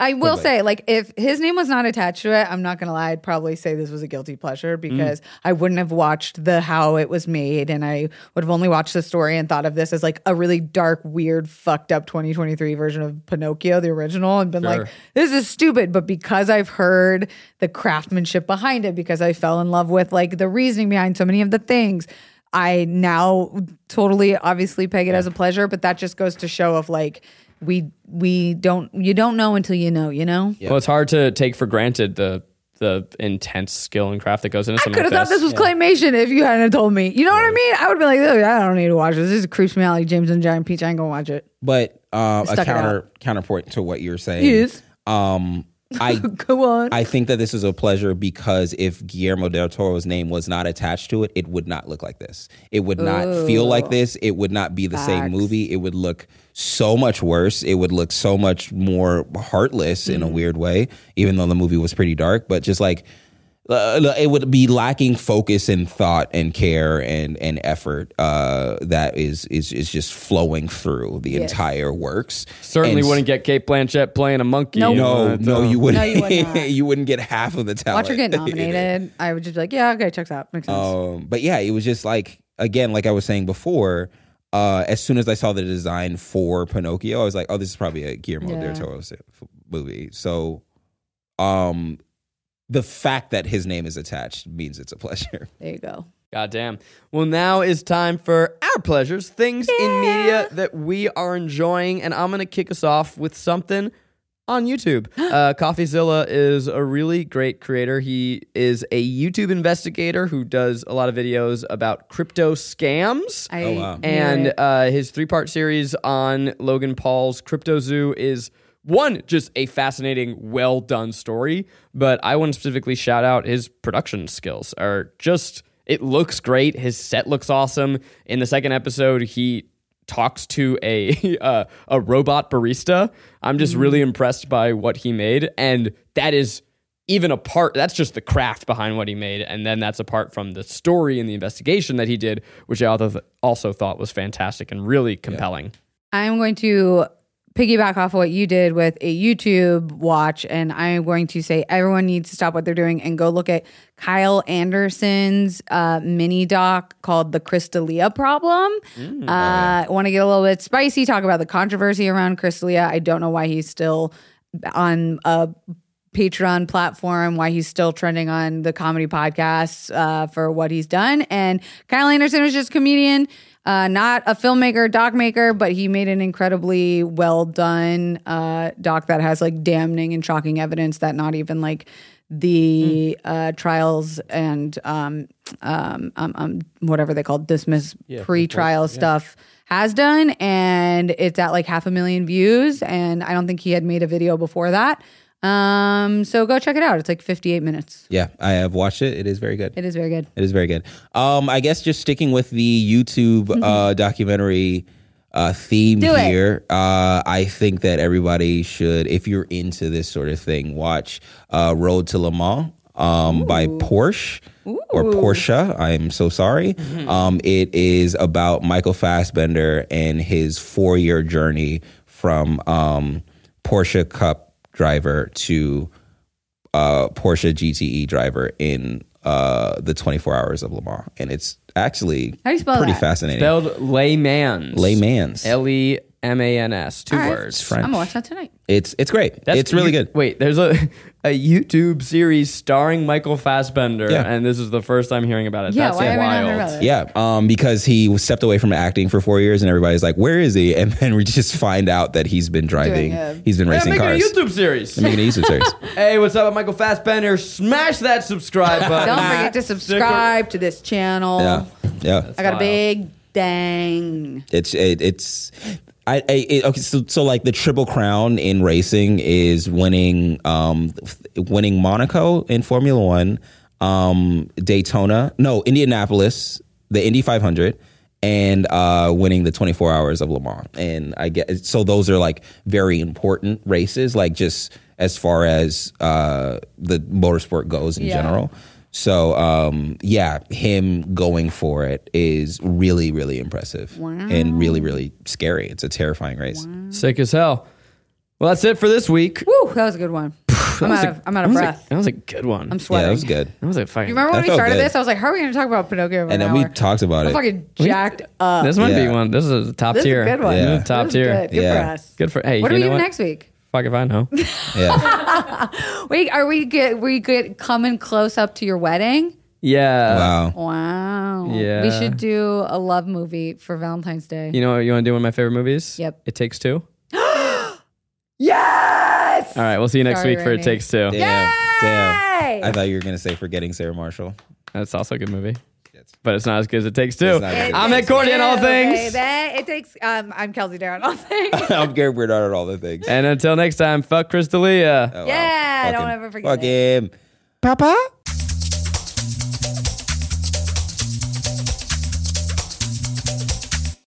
Speaker 3: I will say, like, if his name was not attached to it, I'm not gonna lie, I'd probably say this was a guilty pleasure because I wouldn't have watched the how it was made, and I would have only watched the story and thought of this as like a really dark, weird, fucked up 2023 version of Pinocchio, the original, and been like,
Speaker 2: Sure.
Speaker 3: this is stupid. But because I've heard the craftsmanship behind it, because I fell in love with like the reasoning behind so many of the things. I now totally obviously peg it as a pleasure, but that just goes to show of like we we don't you don't know until you know, you know?
Speaker 2: Well, it's hard to take for granted the the intense skill and craft that goes into
Speaker 3: I
Speaker 2: something
Speaker 3: could have
Speaker 2: like
Speaker 3: thought this was claymation if you hadn't told me. You know what I mean? I would have been like, "Ugh, I don't need to watch this. This is creeps me out like James and the Giant Peach. I ain't gonna watch it.
Speaker 4: But uh,
Speaker 3: Stuck
Speaker 4: a
Speaker 3: it
Speaker 4: counter counterpoint to what you're saying
Speaker 3: Yes.
Speaker 4: um, I
Speaker 3: Go on.
Speaker 4: I think that this is a pleasure because if Guillermo del Toro's name was not attached to it, it would not look like this. It would not feel like this. It would not be the same movie. It would look so much worse. It would look so much more heartless in a weird way, even though the movie was pretty dark. But just like uh, it would be lacking focus and thought and care and and effort uh, that is is is just flowing through the entire works.
Speaker 2: Certainly
Speaker 4: And-
Speaker 2: wouldn't get Kate Blanchett playing a monkey.
Speaker 3: Nope.
Speaker 4: no,
Speaker 2: That's,
Speaker 4: no,
Speaker 2: uh,
Speaker 4: you wouldn't.
Speaker 3: No, you would not.
Speaker 4: you wouldn't get half of the talent.
Speaker 3: Watch her get nominated. I would just be like, yeah, okay, checks out. Makes sense.
Speaker 4: um, but yeah, it was just like again, like I was saying before. Uh, as soon as I saw the design for Pinocchio, I was like, "Oh, this is probably a Guillermo
Speaker 3: Yeah.
Speaker 4: del Toro s- f- movie." So, um, the fact that his name is attached means it's a pleasure.
Speaker 3: There you go.
Speaker 2: God damn. Well, now is time for our pleasures, things in media that we are enjoying, and I'm gonna kick us off with something on YouTube. Uh, CoffeeZilla is a really great creator. He is a YouTube investigator who does a lot of videos about crypto scams.
Speaker 3: I Oh, wow. knew
Speaker 2: And
Speaker 3: it.
Speaker 2: uh, his three part series on Logan Paul's Crypto Zoo is one, just a fascinating, well done story. But I want to specifically shout out his production skills are just, it looks great. His set looks awesome. In the second episode, he talks to a uh, a robot barista. I'm just really impressed by what he made, and that is even a part. That's just the craft behind what he made, and then that's apart from the story and the investigation that he did, which I also also thought was fantastic and really compelling.
Speaker 3: I'm going to piggyback off what you did with a YouTube watch, and I am going to say everyone needs to stop what they're doing and go look at Kyle Anderson's uh, mini doc called "The Crystalia Problem." Uh, I want to get a little bit spicy, talk about the controversy around Crystalia. I don't know why he's still on a Patreon platform, why he's still trending on the comedy podcasts uh, for what he's done. And Kyle Anderson was just a comedian, uh, not a filmmaker, doc maker, but he made an incredibly well done uh, doc that has like damning and shocking evidence that not even like the uh, trials and um, um, um, um, whatever they call dismiss pre-trial stuff has done and it's at like half a million views and i don't think he had made a video before that um, so go check it out. It's like 58 minutes.
Speaker 4: Yeah, I have watched it. It is very good.
Speaker 3: It is very good.
Speaker 4: It is very good. Um, I guess just sticking with the YouTube uh, documentary uh, theme
Speaker 3: Mm-hmm. Do it.
Speaker 4: here, uh, I think that everybody should, if you're into this sort of thing, watch uh, Road to Le Mans um, by Porsche or Porsche. I'm so sorry.
Speaker 3: Mm-hmm.
Speaker 4: Um, it is about Michael Fassbender and his four year journey from um, Porsche Cup driver to uh, Porsche GTE driver in uh, the 24 hours of Le Mans. And it's actually
Speaker 3: How do you spell
Speaker 4: pretty
Speaker 3: that?
Speaker 4: fascinating.
Speaker 2: Spelled layman's.
Speaker 4: Laymans.
Speaker 2: L e m a n s. Two
Speaker 3: All right.
Speaker 2: words.
Speaker 4: French.
Speaker 3: I'm gonna watch that tonight.
Speaker 4: It's it's great. it's really
Speaker 2: you-
Speaker 4: good.
Speaker 2: Wait, there's a a YouTube series starring Michael Fassbender,
Speaker 4: Yeah.
Speaker 2: and this is the first I'm hearing about it.
Speaker 3: Yeah,
Speaker 2: That's
Speaker 3: why haven't I heard
Speaker 2: wild.
Speaker 3: about it?
Speaker 4: Yeah, um, because he stepped away from acting for four years, and everybody's like, "Where is he?" And then we just find out that he's been driving,
Speaker 3: a-
Speaker 4: he's been
Speaker 2: Yeah,
Speaker 4: racing
Speaker 2: making
Speaker 4: cars.
Speaker 2: a YouTube series.
Speaker 4: I'm making a YouTube series.
Speaker 2: hey, what's up? I'm Michael Fassbender. Smash that subscribe button.
Speaker 3: Don't forget to subscribe to this channel.
Speaker 4: Yeah, yeah.
Speaker 3: I got a big dang.
Speaker 4: It's it, it's I, I it, okay. So, so like the triple crown in racing is winning um f- winning Monaco in Formula One, um Daytona, no Indianapolis, the Indy 500. And uh, winning the 24 hours of Le Mans, and I get so those are like very important races, like just as far as uh, the motorsport goes in general. So um, yeah, him going for it is really, really impressive and really, really scary. It's a terrifying race.
Speaker 2: Sick as hell. Well, that's it for this week.
Speaker 3: Woo, that was a good one. I'm out of I'm out of breath.
Speaker 2: That was a good one.
Speaker 4: Yeah,
Speaker 3: I'm
Speaker 4: that
Speaker 3: sweating.
Speaker 4: was good.
Speaker 2: that was a fucking.
Speaker 3: You remember when
Speaker 4: That
Speaker 3: we
Speaker 4: felt
Speaker 3: started
Speaker 4: good.
Speaker 3: this? I was like, how are we gonna talk about Pinocchio for
Speaker 4: And
Speaker 3: an
Speaker 4: then we
Speaker 3: hour?
Speaker 4: talked about
Speaker 3: I'm
Speaker 4: it.
Speaker 3: fucking jacked up.
Speaker 2: this might be
Speaker 4: Yeah.
Speaker 2: one. This is a top
Speaker 3: This
Speaker 2: tier.
Speaker 3: is a good one.
Speaker 4: Yeah.
Speaker 3: This
Speaker 2: Top
Speaker 3: is
Speaker 2: tier.
Speaker 3: Good, Good
Speaker 4: Yeah.
Speaker 3: for us.
Speaker 2: Good for hey.
Speaker 3: What
Speaker 2: you know
Speaker 3: are we doing
Speaker 2: what?
Speaker 3: next week?
Speaker 2: Fuck if I know.
Speaker 4: Yeah.
Speaker 3: Wait, are we get we get coming close up to your wedding?
Speaker 2: yeah.
Speaker 4: wow.
Speaker 3: Wow. We
Speaker 2: Yeah.
Speaker 3: should do a love movie for Valentine's Day.
Speaker 2: You know what you want to do one of my favorite movies?
Speaker 3: Yep.
Speaker 2: It Takes Two. yes! All right, we'll see you next
Speaker 3: Sorry,
Speaker 2: week for It
Speaker 3: Rainey.
Speaker 2: Takes Two.
Speaker 4: Damn.
Speaker 3: Yay!
Speaker 4: Damn. I thought you were gonna say forgetting Sarah Marshall.
Speaker 2: That's also a good movie. But it's not as good as It Takes Two.
Speaker 4: It's not as good.
Speaker 2: I'm at Cordy on all things.
Speaker 3: Baby, it takes. Um, I'm Kelsey Darren. All things.
Speaker 4: I'm Gary Bernard at all the things.
Speaker 2: And until next time, fuck Crystalia.
Speaker 4: Oh, wow.
Speaker 3: Yeah,
Speaker 4: Fuck
Speaker 3: don't
Speaker 4: him.
Speaker 3: ever forget
Speaker 4: Fuck him.
Speaker 2: Papa?